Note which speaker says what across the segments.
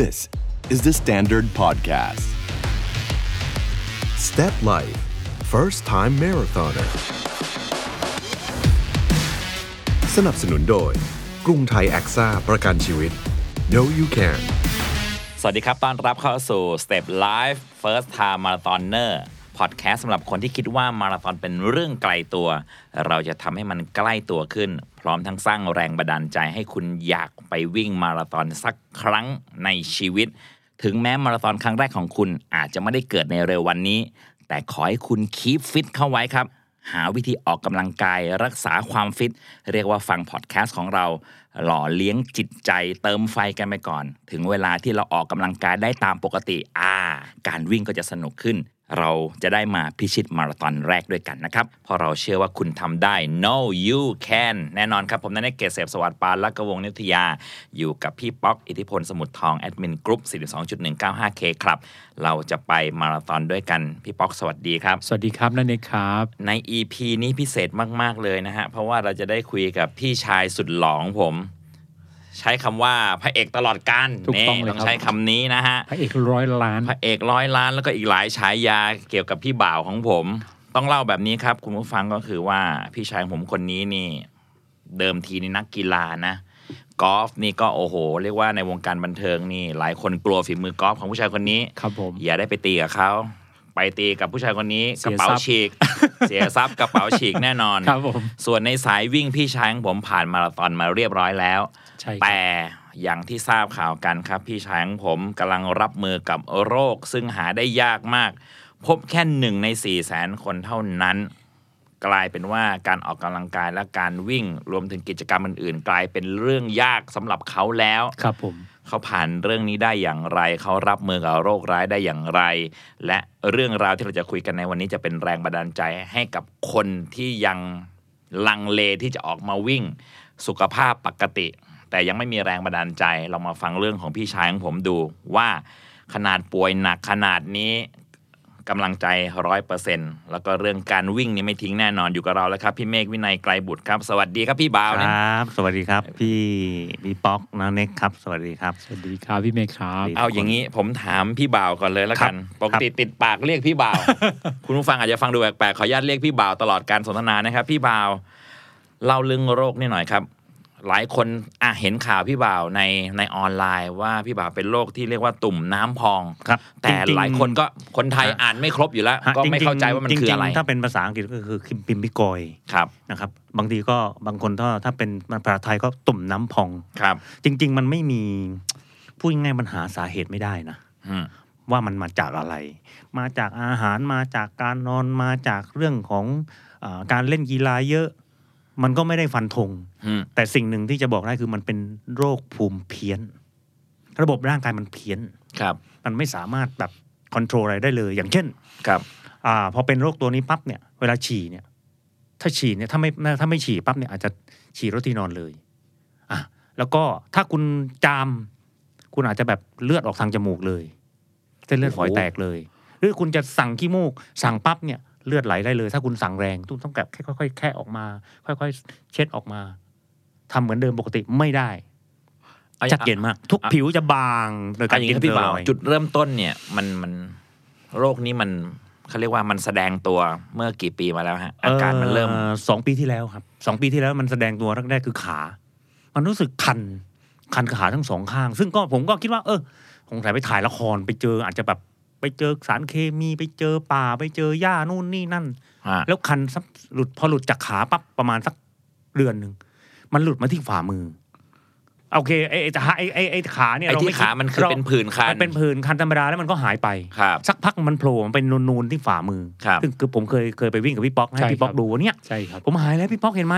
Speaker 1: This is the Standard Podcast.
Speaker 2: Step Life First Time Marathoner สนับสนุนโดย กรุงไทยแอคซ่าประกันชีวิต No You Can
Speaker 3: สวัสดีครับ ต้อนรับเข้าสู่ Step Life First Time Marathoner Podcast สำหรับคนที่คิดว่ามาราธอนเป็นเรื่องไกลตัว เราจะทำให้มันใกล้ตัวขึ้น พร้อมทั้งสร้างแรงบันดาลใจให้คุณอยากไปวิ่งมาราธอนสักครั้งในชีวิต ถึงแม้มาราธอนครั้งแรกของคุณอาจจะไม่ได้เกิดในเร็ววันนี้ แต่ขอให้คุณคีปฟิตเข้าไว้ครับ หาวิธีออกกำลังกายรักษาความฟิต เรียกว่าฟังพอดแคสต์ของเรา หล่อเลี้ยงจิตใจเติมไฟกันไปก่อน ถึงเวลาที่เราออกกำลังกายได้ตามปกติ อ่า การวิ่งก็จะสนุกขึ้น เราจะได้มาพิชิตมาราธอนแรกด้วยกันนะครับ เพราะเราเชื่อว่าคุณทำได้ no you can แน่นอนครับ ผมนันเกษเสพสวัสดิ์ปานและกวงนิทยา อยู่กับพี่ป๊อกอิทธิพลสมุทรทองแอดมินกรุ๊ป42.195k ครับเราจะไปมาราธอนด้วยกันพี่ป๊อกสวัสดีครับ
Speaker 4: สวัสดีครับนันเอกครับ
Speaker 3: ใน EP นี้พิเศษมาก ๆ เลยนะฮะ เพราะว่าเราจะได้คุยกับพี่ชายสุดหลอของผม ใช้คำว่าพระเอกตลอดกาล
Speaker 4: ถูกต้อง
Speaker 3: นี่
Speaker 4: เลย
Speaker 3: ต้อง
Speaker 4: ครับ
Speaker 3: ใช้คำนี้นะฮะ
Speaker 4: พระเอกร้อยล้าน
Speaker 3: พระเอกร้อยล้านแล้วก็อีกหลายฉายาเกี่ยวกับพี่บ่าวของผม ต้องเล่าแบบนี้ครับ คุณผู้ฟังก็คือว่าพี่ชายของผมคนนี้นี่ เดิมทีนี่นักกีฬานะกอล์ฟนี่ก็โอ้โห เรียกว่าในวงการบันเทิงนี่ หลายคนกลัวฝีมือกอล์ฟของผู้ชายคนนี้
Speaker 4: ครับผม
Speaker 3: อย่าได้ไปตีกับเขาไปตีกับผู้ชายคนนี้
Speaker 4: เสี
Speaker 3: กระ
Speaker 4: ยทรั
Speaker 3: เป๋า
Speaker 4: พย์
Speaker 3: ฉีก เสียทรัพย์กระเป๋าฉีกแน่นอน
Speaker 4: ครับผม
Speaker 3: ส่วนในสายวิ่งพี่ชายของผมผ่านมาราธอนมาเรียบร้อยแล้ว
Speaker 4: ใช่ครับ
Speaker 3: แต่อย่างที่ทราบข่าวกันครับ พี่ชายของผมกำลังรับมือกับโรค ซึ่งหาได้ยากมาก พบแค่หนึ่งใน4ี่แสนคนเท่านั้น กลายเป็นว่าการออกกำลังกายและการวิ่งรวมถึงกิจกรรมอื่นๆ กลายเป็นเรื่องยากสำหรับเขาแล้ว
Speaker 4: ครับผม
Speaker 3: เขาผ่านเรื่องนี้ได้อย่างไร เขารับมือกับโรคร้ายได้อย่างไร และเรื่องราวที่เราจะคุยกันในวันนี้จะเป็นแรงบันดาลใจให้กับคนที่ยังลังเลที่จะออกมาวิ่ง สุขภาพปกติ แต่ยังไม่มีแรงบันดาลใจ เรามาฟังเรื่องของพี่ชายของผมดูว่าขนาดป่วยหนักขนาดนี้กำลังใจร้อยเปอร์เซ็นแล้วก็เรื่องการวิ่งนี่ไม่ทิ้งแน่นอนอยู่กับเราแล้วครับพี่เมฆวินัยไกลบุตรครับสวัสดีครับพี่บ่าว
Speaker 5: ค
Speaker 3: นะ
Speaker 5: รับ สวัสดีครับ พี่พี่ป๊อกน้องเน็กครับ สวัสดีครับ
Speaker 4: สวัสดีครับพี่เมฆครับ
Speaker 5: ดี
Speaker 3: เอาอย่างนี้ผมถามพี่บ่าวก่อนเลยละกัน ปกติติดปากเรียกพี่บ่าว คุณผู้ฟังอาจจะฟังดูแปลกๆขออนุญาตเรียกพี่บ่าวตลอดการสนทนานะครับ พี่บ่าวเล่าเรื่องโรคนี่หน่อยครับ หลายคนอ่ะเห็นข่าวพี่บ่าวในในออนไลน์ว่าพี่บ่าวเป็นโรคที่เรียกว่าตุ่มน้ำพอง
Speaker 5: ครับ
Speaker 3: แต่
Speaker 5: จริงๆ
Speaker 3: หลายคนก็คนไทยอ่านไม่ครบอยู่แล้ว
Speaker 5: ฮะ
Speaker 3: ก็ไม่
Speaker 5: ริงๆ
Speaker 3: เข้าใจว่ามันคืออะไร
Speaker 5: จงๆถ้าเป็นภาษาอังกฤษก็คือคิมพิมพิโกอย
Speaker 3: ครับ
Speaker 5: นะครับ บางทีก็บางคนถ้าถ้าเป็นภาษาไทยก็ตุ่มน้ำพอง
Speaker 3: ครับ
Speaker 5: จริง ๆ มันไม่มีพูดง่ายๆมันหาสาเหตุไม่ได้นะ
Speaker 3: อืม
Speaker 5: ว่ามันมาจากอะไร มาจากอาหารมาจากการนอนมาจากเรื่องของอาการเล่นกีฬาเยอะ มันก็ไม่ได้ฟันธง
Speaker 3: อืม
Speaker 5: แต่สิ่งหนึ่งที่จะบอกได้คือมันเป็นโรคภูมิเพี้ยน ระบบร่างกายมันเพี้ยน
Speaker 3: ครับ
Speaker 5: มันไม่สามารถแบบคอนโทรลอะไรได้เลย อย่างเช่น
Speaker 3: ครับ
Speaker 5: อ่าพอเป็นโรคตัวนี้ปั๊บเนี่ย เวลาฉี่เนี่ย ถ้าฉี่เนี่ยถ้าไม่ถ้าไม่ฉี่ปั๊บเนี่ยอาจจะฉี่รถที่นอนเลยอ่ะแล้วก็ถ้าคุณจาม คุณอาจจะแบบเลือดออกทางจมูกเลยเส้นเลือดฝอย
Speaker 3: โอ้โห
Speaker 5: แตกเลย หรือคุณจะสั่งขี้มูก สั่งปั๊บเนี่ยเลือดไหลได้เลย ถ้าคุณสั่งแรงต้องต้องแบบค่อยๆแค่ออกมา ค่อยๆ เช็ดออกมาทำเหมือนเดิมปกติไม่ได้
Speaker 3: อา
Speaker 5: ชัดเจนมาก ทุกผิวจะบางโดย
Speaker 3: อะ
Speaker 5: การ ร
Speaker 3: อย่าง
Speaker 5: กิ
Speaker 3: นี้ครั
Speaker 5: น
Speaker 3: บ
Speaker 5: เท
Speaker 3: พี่
Speaker 5: อ
Speaker 3: บ่า
Speaker 5: ร์
Speaker 3: ว
Speaker 5: อยด์
Speaker 3: จุดเริ่มต้นเนี่ยมันมันโรคนี้มันเขาเรียกว่ามันแสดงตัวเมื่อกี่ปีมาแล้วฮะ อาการมันเริ่ม
Speaker 5: อ่อสองปีที่แล้วครับสองปีที่แล้วมันแสดงตัวแรกๆคือขา มันรู้สึกคัน คันขาทั้งสองข้าง ซึ่งก็ผมก็คิดว่า เออสงสัยไปถ่ายละครไปเจออาจจะแบบไปเจอสารเคมีไปเจอป่าไปเจอหญ้านู่นนี่นั่น
Speaker 3: อ่ะ
Speaker 5: แล้วคันสักหลุดพอหลุดจากขาปั๊บประมาณสักเดือนหนึ่งมันหลุดมาที่ฝ่ามือโอเคไอ้ไอ้ไอ้ไอ้ไอ้ขาเนี่ย
Speaker 3: ไอ้
Speaker 5: เร
Speaker 3: ที่
Speaker 5: คิด
Speaker 3: ขามันคือ
Speaker 5: ร
Speaker 3: เป็นผื่นคัน
Speaker 5: มันเป็นผื่นคันธรรมดาแล้วมันก็หายไป
Speaker 3: ครับ
Speaker 5: สักพักมันโผล่มาเป็นนูนๆที่ฝ่ามือ
Speaker 3: ครับ
Speaker 5: ซึ่งคือผมเคยเคยไปวิ่งกับพี่ป๊อกให้
Speaker 4: ใช่
Speaker 5: พี่ป๊อ
Speaker 4: ค
Speaker 5: ก
Speaker 4: รับ
Speaker 5: ดูว่าเนี่ย
Speaker 4: ใช่ครับ
Speaker 5: ผมหายแล้วพี่ป๊อกเห็นไหม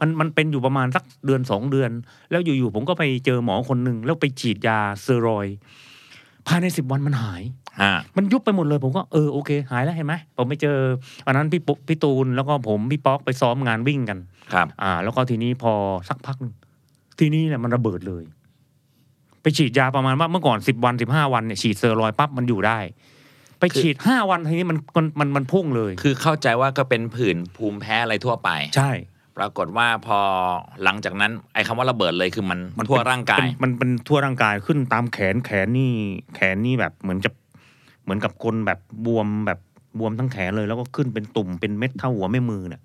Speaker 5: มันมันเป็นอยู่ประมาณสักเดือนสองเดือน แล้วอยู่ๆผมก็ไปเจอหมอคนหนึ่งแล้วไปฉีดยาสเซอรอยด์ภายในสิบวันมันหาย
Speaker 3: อ่ะ
Speaker 5: มันยุบไปหมดเลยผมก็เออโอเค หายแล้วเห็นไหมผมไปเจอวันนั้นพี่ปุ๊พี่ตูนแล้วก็ผมพี่ป๊อกไปซ้อมงานวิ่งกัน
Speaker 3: ครับ
Speaker 5: อ่า แล้วก็ทีนี้พอสักพักหนึ่งทีนี้เนี่ยมันระเบิดเลย ไปฉีดยาประมาณว่าเมื่อก่อนสิบวันสิบห้าวันเนี่ยฉีดเซอร์ลอยด์ปั๊บมันอยู่ได้ ไปฉีดห้าวันทีนี้มันมันมันมันพุ่งเลย
Speaker 3: คือเข้าใจว่าก็เป็นผื่นภูมิแพ้อะไรทั่วไป
Speaker 5: ใช่
Speaker 3: ปรากฏว่าพอหลังจากนั้น ไอ้คำว่าระเบิดเลยคือมัน
Speaker 5: มัน
Speaker 3: ทั่ว
Speaker 5: เป็น
Speaker 3: ร่างกาย
Speaker 5: เป็นมันเป็นทั่วร่างกายขึ้นตามแขนแขนนี่แขนนี่แบบเหมือนจะเหมือนกับคนแบบบวมแบบบวมทั้งแขนเลย แล้วก็ขึ้นเป็นตุ่มเป็นเม็ดเท่าหัวแม่มือเนี่ย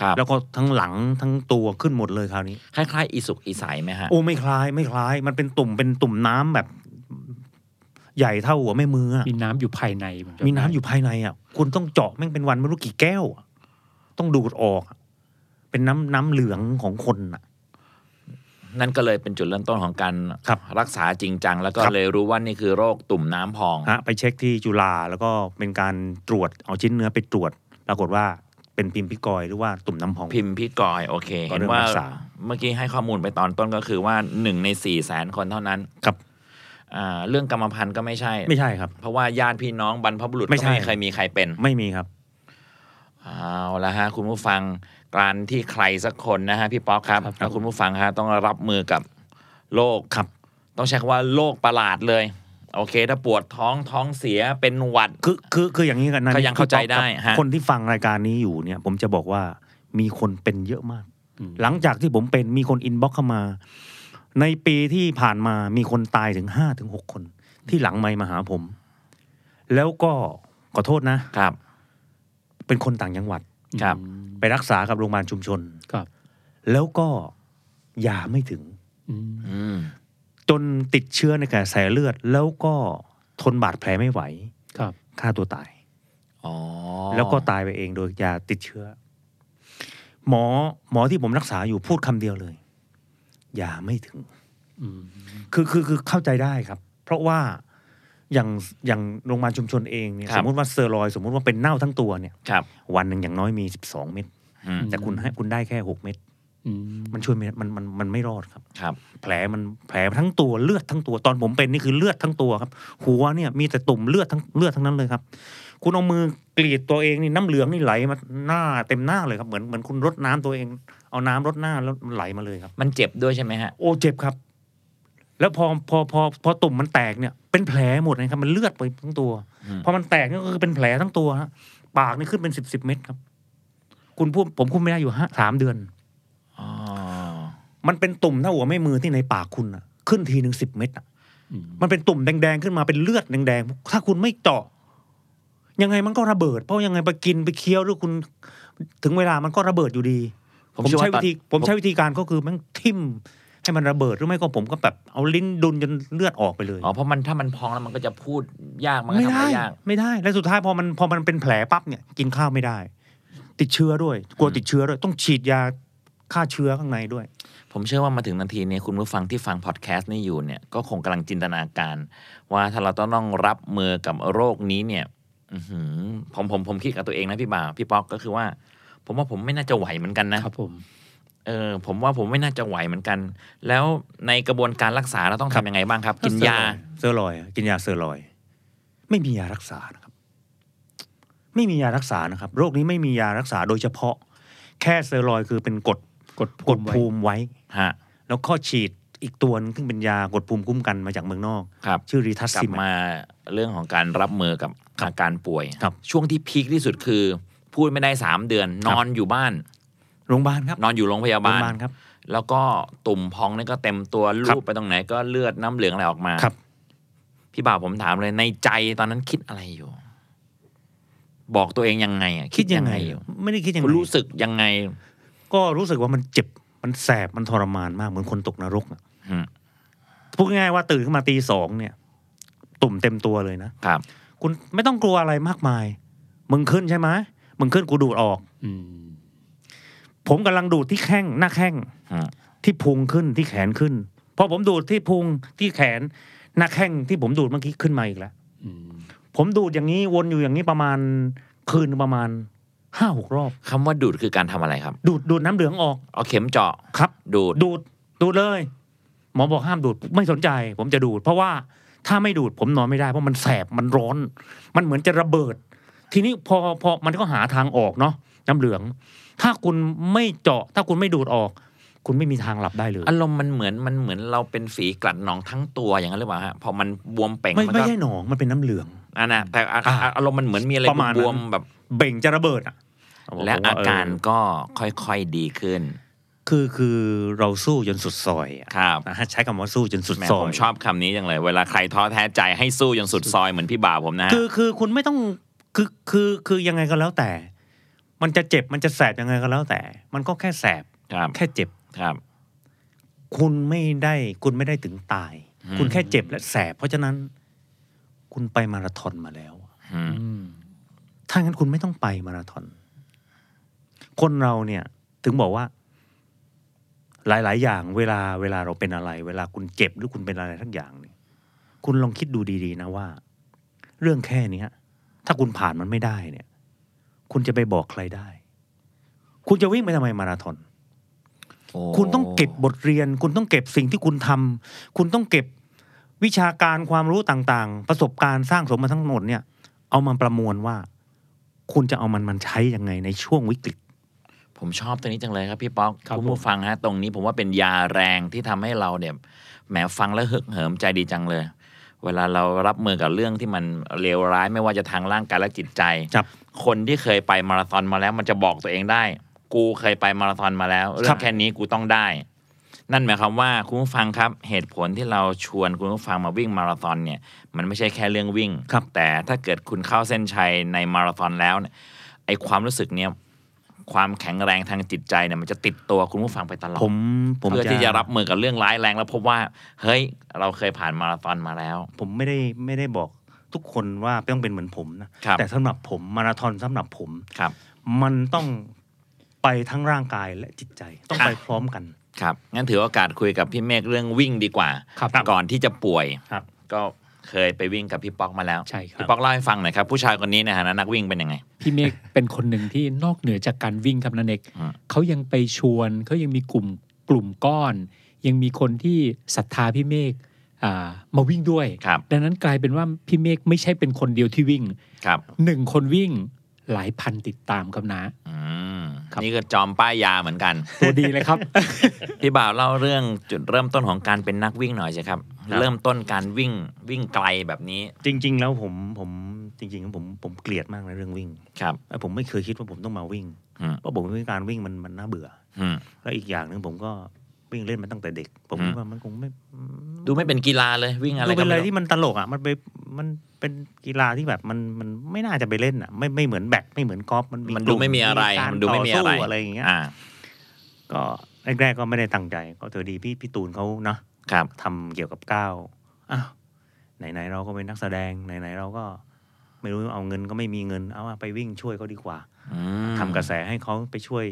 Speaker 3: ครับ
Speaker 5: แล้วก็ทั้งหลังทั้งตัวขึ้นหมดเลยคราวนี้
Speaker 3: คล้ายๆอีสุกอีใสไหมฮะ
Speaker 5: โอ้ไม่คล้ายไม่คล้าย มันเป็นตุ่มเป็นตุ่มน้ำแบบ ใหญ่เท่าหัวแม่มืออะ
Speaker 4: มีน้ำอยู่ภายในผจำได้
Speaker 5: มีน้ำอยู่ภายในอ่ะคุณต้องเจาะแม่งเป็นวันไม่รู้กี่แก้วอะต้องดูดออกอะเป็นน้ำน้ำเหลืองของคนอ่ะ
Speaker 3: นั่นก็เลยเป็นจุดเริ่มต้นของการ
Speaker 5: ครับ
Speaker 3: รักษาจริงจัง แล้วก็
Speaker 5: ครับ
Speaker 3: เลยรู้ว่านี่คือโรคตุ่มน้ำพอง
Speaker 5: ฮะไปเช็คที่จุฬาแล้วก็เป็นการตรวจเอาชิ้นเนื้อไปตรวจ ปรากฏว่าเป็นพิมพ์พิกอยหรือว่าตุ่มน้ำพอง
Speaker 3: พิมพ์พี่กอยโอเค
Speaker 5: ก็
Speaker 3: เห็น
Speaker 5: เริ่ม
Speaker 3: ว่า
Speaker 5: รักษา
Speaker 3: เมื่อกี้ให้ข้อมูลไปตอนต้นก็คือว่าหนึ่งในสี่แสนคนเท่านั้น
Speaker 5: ครับ
Speaker 3: อ่าเรื่องกรรมพันธุ์ก็ไม่ใช่
Speaker 5: ไม่ใช่ครับ
Speaker 3: เพราะว่าญาติพี่น้องบรรพบุรุษก็
Speaker 5: ไม่ใช่
Speaker 3: ไม่เคยมีใครเป็น
Speaker 5: ไม่มีครับ
Speaker 3: เอาละฮะคุณผู้ฟังการที่ใครสักคนนะฮะพี่ป๊อกครับ
Speaker 4: ครับ
Speaker 3: แล้วคุณผู้ฟังฮะต้องรับมือกับโรค
Speaker 5: ครับ
Speaker 3: ต้องใช้คำว่าโรคประหลาดเลย โอเค ถ้าปวดท้องท้องเสียเป็นหวัด
Speaker 5: คือคือคืออย่างนี้กันนะ
Speaker 3: ก็ยังเข้าใจได้ฮะ
Speaker 5: คนที่ฟังรายการนี้อยู่เนี่ย ผมจะบอกว่ามีคนเป็นเยอะมาก
Speaker 4: อืม
Speaker 5: หลังจากที่ผมเป็นมีคนอินบ็อกเข้ามา ในปีที่ผ่านมามีคนตายถึงห้าถึงหกคน ที่หลังไมค์มาหาผม แล้วก็ขอโทษนะ
Speaker 3: ครับ
Speaker 5: เป็นคนต่างจังหวัด
Speaker 3: ครับ
Speaker 4: อืม
Speaker 5: ไปรักษากับโรงพยาบาลชุมชน
Speaker 4: ครับ
Speaker 5: แล้วก็ยาไม่ถึง
Speaker 4: อืม
Speaker 3: อืม
Speaker 5: จนติดเชื้อในกระแสเลือด แล้วก็ทนบาดแผลไม่ไหว
Speaker 4: ครับ
Speaker 5: ฆ่าตัวตาย
Speaker 3: อ๋อ
Speaker 5: แล้วก็ตายไปเองโดยยาติดเชื้อ หมอหมอที่ผมรักษาอยู่พูดคำเดียวเลยยาไม่ถึง
Speaker 4: อืม
Speaker 5: คือคือคือเข้าใจได้ครับ เพราะว่าอย่างอย่างโรงพยาบาลชุมชนเองเนี่ยสมมติว่าเซอร์ลอยด์สมมติว่าเป็นเน่าทั้งตัวเนี่ย
Speaker 3: ครับ
Speaker 5: วันหนึ่งอย่างน้อยมี 12 เม็ด
Speaker 3: อืม
Speaker 5: แต่คุณให้คุณได้แค่ 6 เม็ด
Speaker 4: อืม
Speaker 5: มันช่วยไม่มันมันมันไม่รอดครับ
Speaker 3: ครับ
Speaker 5: แผลมันแผลทั้งตัวเลือดทั้งตัวตอนผมเป็นนี่คือเลือดทั้งตัวครับ หัวเนี่ยมีแต่ตุ่มเลือดทั้งเลือดทั้งนั้นเลยครับ คุณเอามือกรีดตัวเองนี่น้ำเหลืองนี่ไหลมาหน้าเต็มหน้าเลยครับเหมือนเหมือนคุณรดน้ำตัวเอง เอาน้ำรดหน้าแล้วมันไหลมาเลยครับ
Speaker 3: มันเจ็บด้วยใช่ไหมฮะ
Speaker 5: โอ้เจ็บครับ แล้วพอพอพอพอตุ่มมันแตกเนี่ย เป็นแผลหมดนะครับ มันเลือดไปทั้งตัว
Speaker 3: อืม
Speaker 5: พอมันแตกนี่ก็คือเป็นแผลทั้งตัวฮะปากนี่ขึ้นเป็นสิบสิบเม็ดครับ คุณพูดผมคุมไม่ได้อยู่ห้าสามเดือน
Speaker 3: อ๋อ
Speaker 5: มันเป็นตุ่มเท่าหัวไม่มือที่ในปากคุณอะขึ้นทีหนึ่งสิบเม็ดอะ
Speaker 4: อืม
Speaker 5: มันเป็นตุ่มแดง ๆ ขึ้นมาเป็นเลือดแดง ๆ ถ้าคุณไม่เจาะยังไงมันก็ระเบิด เพราะยังไงไปกินไปเคี้ยวหรือคุณ ถึงเวลามันก็ระเบิดอยู่ดี ผม
Speaker 3: เอ
Speaker 5: ใช้วิ
Speaker 3: ตอน
Speaker 5: ธีผมใช้วิธีการก็คือแมันทิ่มให้มันระเบิดหรือไม่ก็ผมก็แบบเอาลิ้นดุนจนเลือดออกไปเลย
Speaker 3: อ๋อเพราะมันถ้ามันพองแล้วมันก็จะพูดยากมันก็
Speaker 5: ไม่
Speaker 3: ทำอะ
Speaker 5: ได้
Speaker 3: ไรยาก
Speaker 5: ไม่ได้ และสุดท้ายพอมันพอมันเป็นแผลปั๊บเนี่ย กินข้าวไม่ได้ ติดเชื้อด้วย กลัวติดเชื้อด้วย ต้องฉีดยาฆ่าเชื้อข้างในด้วย
Speaker 3: ผมเชื่อว่ามาถึงนาทีนี้คุณผู้ฟังที่ฟังพอดแคสต์นี่อยู่เนี่ยก็คงกำลังจินตนาการ ว่าถ้าเราต้องรับมือกับโรคนี้เนี่ยอื้อหือผมผมผมคิดกับตัวเองนะพี่บ่าวพี่ป๊อกก็คือว่า ผมว่าผมไม่น่าจะไหวเหมือนกันนะครับ
Speaker 4: ผม
Speaker 3: เออผมว่าผมไม่น่าจะไหวเหมือนกัน แล้วในกระบวนการรักษาเราต้อง
Speaker 5: ครั
Speaker 3: ทำ
Speaker 5: บ
Speaker 3: ยังไงบ้างครับ กินยา
Speaker 5: เซอร์ลอยด์อะกินยาเซอร์ลอยด์ไม่มียารักษานะครับ ไม่มียารักษานะครับ โรคนี้ไม่มียารักษาโดยเฉพาะ แค่เซอร์ลอยด์คือเป็นกด
Speaker 4: กด
Speaker 5: ก
Speaker 4: ภู
Speaker 5: ด
Speaker 4: มิไว้
Speaker 5: ภูมิไว้
Speaker 3: ฮะ
Speaker 5: แล้วข้อฉีดอีกตัวหนึงซึ่งเป็นยากดภูมิคุ้มกันมาจากเมืองนอก
Speaker 3: ครับ
Speaker 5: ชื่อรีทัส
Speaker 3: กลั
Speaker 5: ซิ
Speaker 3: บ
Speaker 5: ม
Speaker 3: มาเรื่องของการรับมือกับอาการป่วย
Speaker 5: ครับ
Speaker 3: ช่วงที่พีคที่สุดคือ พูดไม่ได้สามเดือน
Speaker 5: คน รับ
Speaker 3: อนอยู่บ้าน
Speaker 5: โรงพยาบาลครับ
Speaker 3: นอนอยู่โรงพยา
Speaker 5: โรง
Speaker 3: บา
Speaker 5: พ
Speaker 3: ล
Speaker 5: ยาบาลครับ
Speaker 3: แล้วก็ตุ่มพองนี่ก็เต็มตัว
Speaker 5: ครับ
Speaker 3: ลูบไปตรงไหนก็เลือดน้ำเหลืองอะไรออกมา
Speaker 5: ครับ
Speaker 3: พี่บ่าวผมถามเลยในใจตอนนั้นคิดอะไรอยู่ บอกตัวเองยังไงอะ
Speaker 5: คิดยังไง
Speaker 3: อยู่
Speaker 5: ไม่ได้คิดยังไง
Speaker 3: คุณรู้สึกยังไง
Speaker 5: ก็รู้สึกว่ามันเจ็บมันแสบมันทรมานมากเหมือนคนตกนรกอะ
Speaker 3: อืม
Speaker 5: พูดง่ายๆว่าตื่นขึ้นมาตีสองเนี่ย ตุ่มเต็มตัวเลยนะ
Speaker 3: ครับ
Speaker 5: คุณไม่ต้องกลัวอะไรมากมาย มึงขึ้นใช่ไหมมึงขึ้นกูดูดออก
Speaker 4: อืม
Speaker 5: ผมกำลังดูดที่แข้งหน้าแข้ง
Speaker 3: อืม
Speaker 5: ที่พุงขึ้นที่แขนขึ้น พอผมดูดที่พุงที่แขนหน้าแข้งที่ผมดูดเมื่อกี้ขึ้นมาอีกแล้ว
Speaker 4: อืม
Speaker 5: ผมดูดอย่างนี้วนอยู่อย่างนี้ประมาณคืนประมาณห้าหกรอบ
Speaker 3: คำว่าดูดคือการทำอะไรครับ
Speaker 5: ดูดดูดน้ำเหลืองออก
Speaker 3: เอาเข็มเจาะ
Speaker 5: ครับ
Speaker 3: ดูด
Speaker 5: ดูดดูดเลย หมอบอกห้ามดูดไม่สนใจ ผมจะดูด เพราะว่าถ้าไม่ดูดผมนอนไม่ได้เพราะมันแสบมันร้อน มันเหมือนจะระเบิด ทีนี้พอพอมันก็หาทางออกเนาะน้ำเหลือง ถ้าคุณไม่เจาะ ถ้าคุณไม่ดูดออก คุณไม่มีทางหลับได้เลย
Speaker 3: อารมณ์มันเหมือนมันเหมือนเราเป็นฝีกลัดหนองทั้งตัวอย่างนั้นหรือเปล่าฮะพอมันบวมเป่ง
Speaker 5: ไม่
Speaker 3: มัน
Speaker 5: ไม่
Speaker 3: ก็
Speaker 5: ใช่หนองมันเป็นน้ำเหลือง
Speaker 3: อ่ะนะแต่อ่ะ
Speaker 5: อ่า
Speaker 3: อารมณ์มันเหมือนมีอะไร
Speaker 5: ประมาณนั้น
Speaker 3: บวมๆแบบ
Speaker 5: เบ่งจะระเบิดอ่ะ
Speaker 3: และ
Speaker 5: ผมว่
Speaker 3: อาการ
Speaker 5: เออ
Speaker 3: ก็ค่อยๆดีขึ้น
Speaker 5: คือคือเราสู้จนสุดซอยอะ
Speaker 3: ครับ
Speaker 5: นะฮะใช้คำว่าสู้จนสุด
Speaker 3: แหม่
Speaker 5: ซ
Speaker 3: ผ
Speaker 5: อย
Speaker 3: มชอบคำนี้จังเลย เวลาใครท้อแท้ใจให้สู้อย่างสุดซอยเหมือนพี่บ่าวผมนะฮะ
Speaker 5: คือคือคุณไม่ต้องคือคือคือยังไงก็แล้วแต่ มันจะเจ็บมันจะแสบยังไงก็แล้วแต่ มันก็แค่แสบ
Speaker 3: ครับ
Speaker 5: แค่เจ็บ
Speaker 3: ครับ
Speaker 5: คุณไม่ได้คุณไม่ได้ถึงตาย
Speaker 3: อืม
Speaker 5: คุณแค่เจ็บและแสบ เพราะฉะนั้น คุณไปมาราธอนมาแล้ว
Speaker 3: อืม
Speaker 4: อืม
Speaker 5: ถ้างั้นคุณไม่ต้องไปมาราธอน คนเราเนี่ย ถึงบอกว่า หลาย ๆ อย่าง เวลาเวลาเราเป็นอะไร เวลาคุณเจ็บหรือคุณเป็นอะไรทั้งอย่างเนี่ยคุณลองคิดดูดี ๆ นะว่า เรื่องแค่เนี้ย ถ้าคุณผ่านมันไม่ได้เนี่ย คุณจะไปบอกใครได้ คุณจะวิ่งไปทำไมมาราธอน
Speaker 3: โอ้
Speaker 5: คุณต้องเก็บบทเรียน คุณต้องเก็บสิ่งที่คุณทำคุณต้องเก็บวิชาการความรู้ต่างๆ ประสบการณ์สร้างสมมาทั้งหมดเนี่ย เอามาประมวลว่า คุณจะเอามันมันใช้ยังไงในช่วงวิกฤต
Speaker 3: ผมชอบตัวนี้จังเลยครับพี่ป๊อกคุณผู้ฟังฮะ ตรงนี้ผมว่าเป็นยาแรงที่ทำให้เราเนี่ยแหมฟังแล้วฮึกเหิมใจดีจังเลย เวลาเรารับมือกับเรื่องที่มันเลวร้ายไม่ว่าจะทางร่างกายและจิตใจ
Speaker 5: ครับ
Speaker 3: คนที่เคยไปมาราธอนมาแล้ว มันจะบอกตัวเองได้ กูเคยไปมาราธอนมาแล้ว เรื่องแค่นี้กูต้องได้ นั่นหมายความว่าคุณผู้ฟังครับ เหตุผลที่เราชวนคุณผู้ฟังมาวิ่งมาราธอนเนี่ย มันไม่ใช่แค่เรื่องวิ่ง
Speaker 5: ครับ
Speaker 3: แต่ถ้าเกิดคุณเข้าเส้นชัยในมาราธอนแล้วเนี่ยไอความรู้สึกเนี่ยความแข็งแรงทางจิตใจเนี่ยมันจะติดตัวคุณผู้ฟังไปตลอด
Speaker 5: ผมผม
Speaker 3: เพื่อที่จะรับมือกับเรื่องร้ายแรงแล้วพบว่า เฮ้ยเราเคยผ่านมาราธอนมาแล้ว
Speaker 5: ผมไม่ได้ไม่ได้บอกทุกคนว่าต้องเป็นเหมือนผมนะครับ แต่สำหรับผมมาราธอนสำหรับผม
Speaker 3: ครับ
Speaker 5: มันต้องไปทั้งร่างกายและจิตใจ ต้องไป
Speaker 3: อ่ะ
Speaker 5: พร้อมกัน
Speaker 3: ครับงั้นถือโอกาสคุยกับพี่เมฆเรื่องวิ่งดีกว่า
Speaker 4: ครับ
Speaker 3: ก่อนที่จะป่วย
Speaker 5: ครับ
Speaker 3: ก็เคยไปวิ่งกับพี่ป๊อกมาแล้ว
Speaker 4: ใช่ครับ
Speaker 3: พี่ป๊อกเล่าให้ฟังหน่อยครับ ผู้ชายคนนี้ในฐานะนักวิ่งเป็นยังไง
Speaker 4: พี่เมฆเป็นคนหนึ่งที่นอกเหนือจากการวิ่งครับนันเอก
Speaker 3: อืม
Speaker 4: เขายังไปชวนเขายังมีกลุ่มกลุ่มก้อน ยังมีคนที่ศรัทธาพี่เมฆอ่ามาวิ่งด้วย
Speaker 3: ครับ
Speaker 4: ดังนั้นกลายเป็นว่าพี่เมฆไม่ใช่เป็นคนเดียวที่วิ่ง
Speaker 3: ครับ
Speaker 4: หนึ่งคนวิ่งหลายพันติดตามครับนะ
Speaker 3: อืม
Speaker 4: ครับ
Speaker 3: นี่ก็จอมป้ายยาเหมือนกัน
Speaker 4: ตัวดีเลยครับ
Speaker 3: พี่บ่าวเล่าเรื่องจุดเริ่มต้นของการเป็นนักวิ่งหน่อยสิครับ
Speaker 5: ครับ
Speaker 3: เริ่มต้นการวิ่งวิ่งไกลแบบนี้
Speaker 5: จริง ๆ แล้วผมผมจริงๆผมผมเกลียดมากในเรื่องวิ่ง
Speaker 3: ครับ
Speaker 5: แล้วผมไม่เคยคิดว่าผมต้องมาวิ่ง
Speaker 3: อืม
Speaker 5: เพราะผมว่าการวิ่งมันมันน่าเบื่อ
Speaker 3: อืม
Speaker 5: แล้วอีกอย่างหนึ่งผมก็วิ่งเล่นมาตั้งแต่เด็ก ผม
Speaker 3: อืม
Speaker 5: คิดว่ามันคงไม่
Speaker 3: ดูไม่เป็นกีฬาเลยวิ่งอะไร
Speaker 5: ดู
Speaker 3: ก็
Speaker 5: เป็นอะไร
Speaker 3: ไม่รู้
Speaker 5: ที่มันตลกอ่ะมันไปมันเป็นกีฬาที่แบบมันมันไม่น่าจะไปเล่นอ่ะไม่ไม่เหมือนแบดไม่เหมือนกอล์ฟมัน
Speaker 3: มันดูไม่มีอะไร
Speaker 5: การ
Speaker 3: มันดูไม่มีอะไร
Speaker 5: ต่สู้อะไรอย่างเงี้ย
Speaker 3: อ่า
Speaker 5: ก็แรกๆก็ไม่ได้ตั้งใจ ก็เถอะดีพี่พี่ตูนเขาเนาะ
Speaker 3: ครับ
Speaker 5: ทำเกี่ยวกับก้าวอ้าวไหนๆเราก็เป็นนักแสดงไหนๆเราก็ ไม่รู้เอาเงินก็ไม่มีเงินเอาอะไปวิ่งช่วยเขาดีกว่า
Speaker 3: อืม
Speaker 5: ทำกระแสให้เขาไปช่วย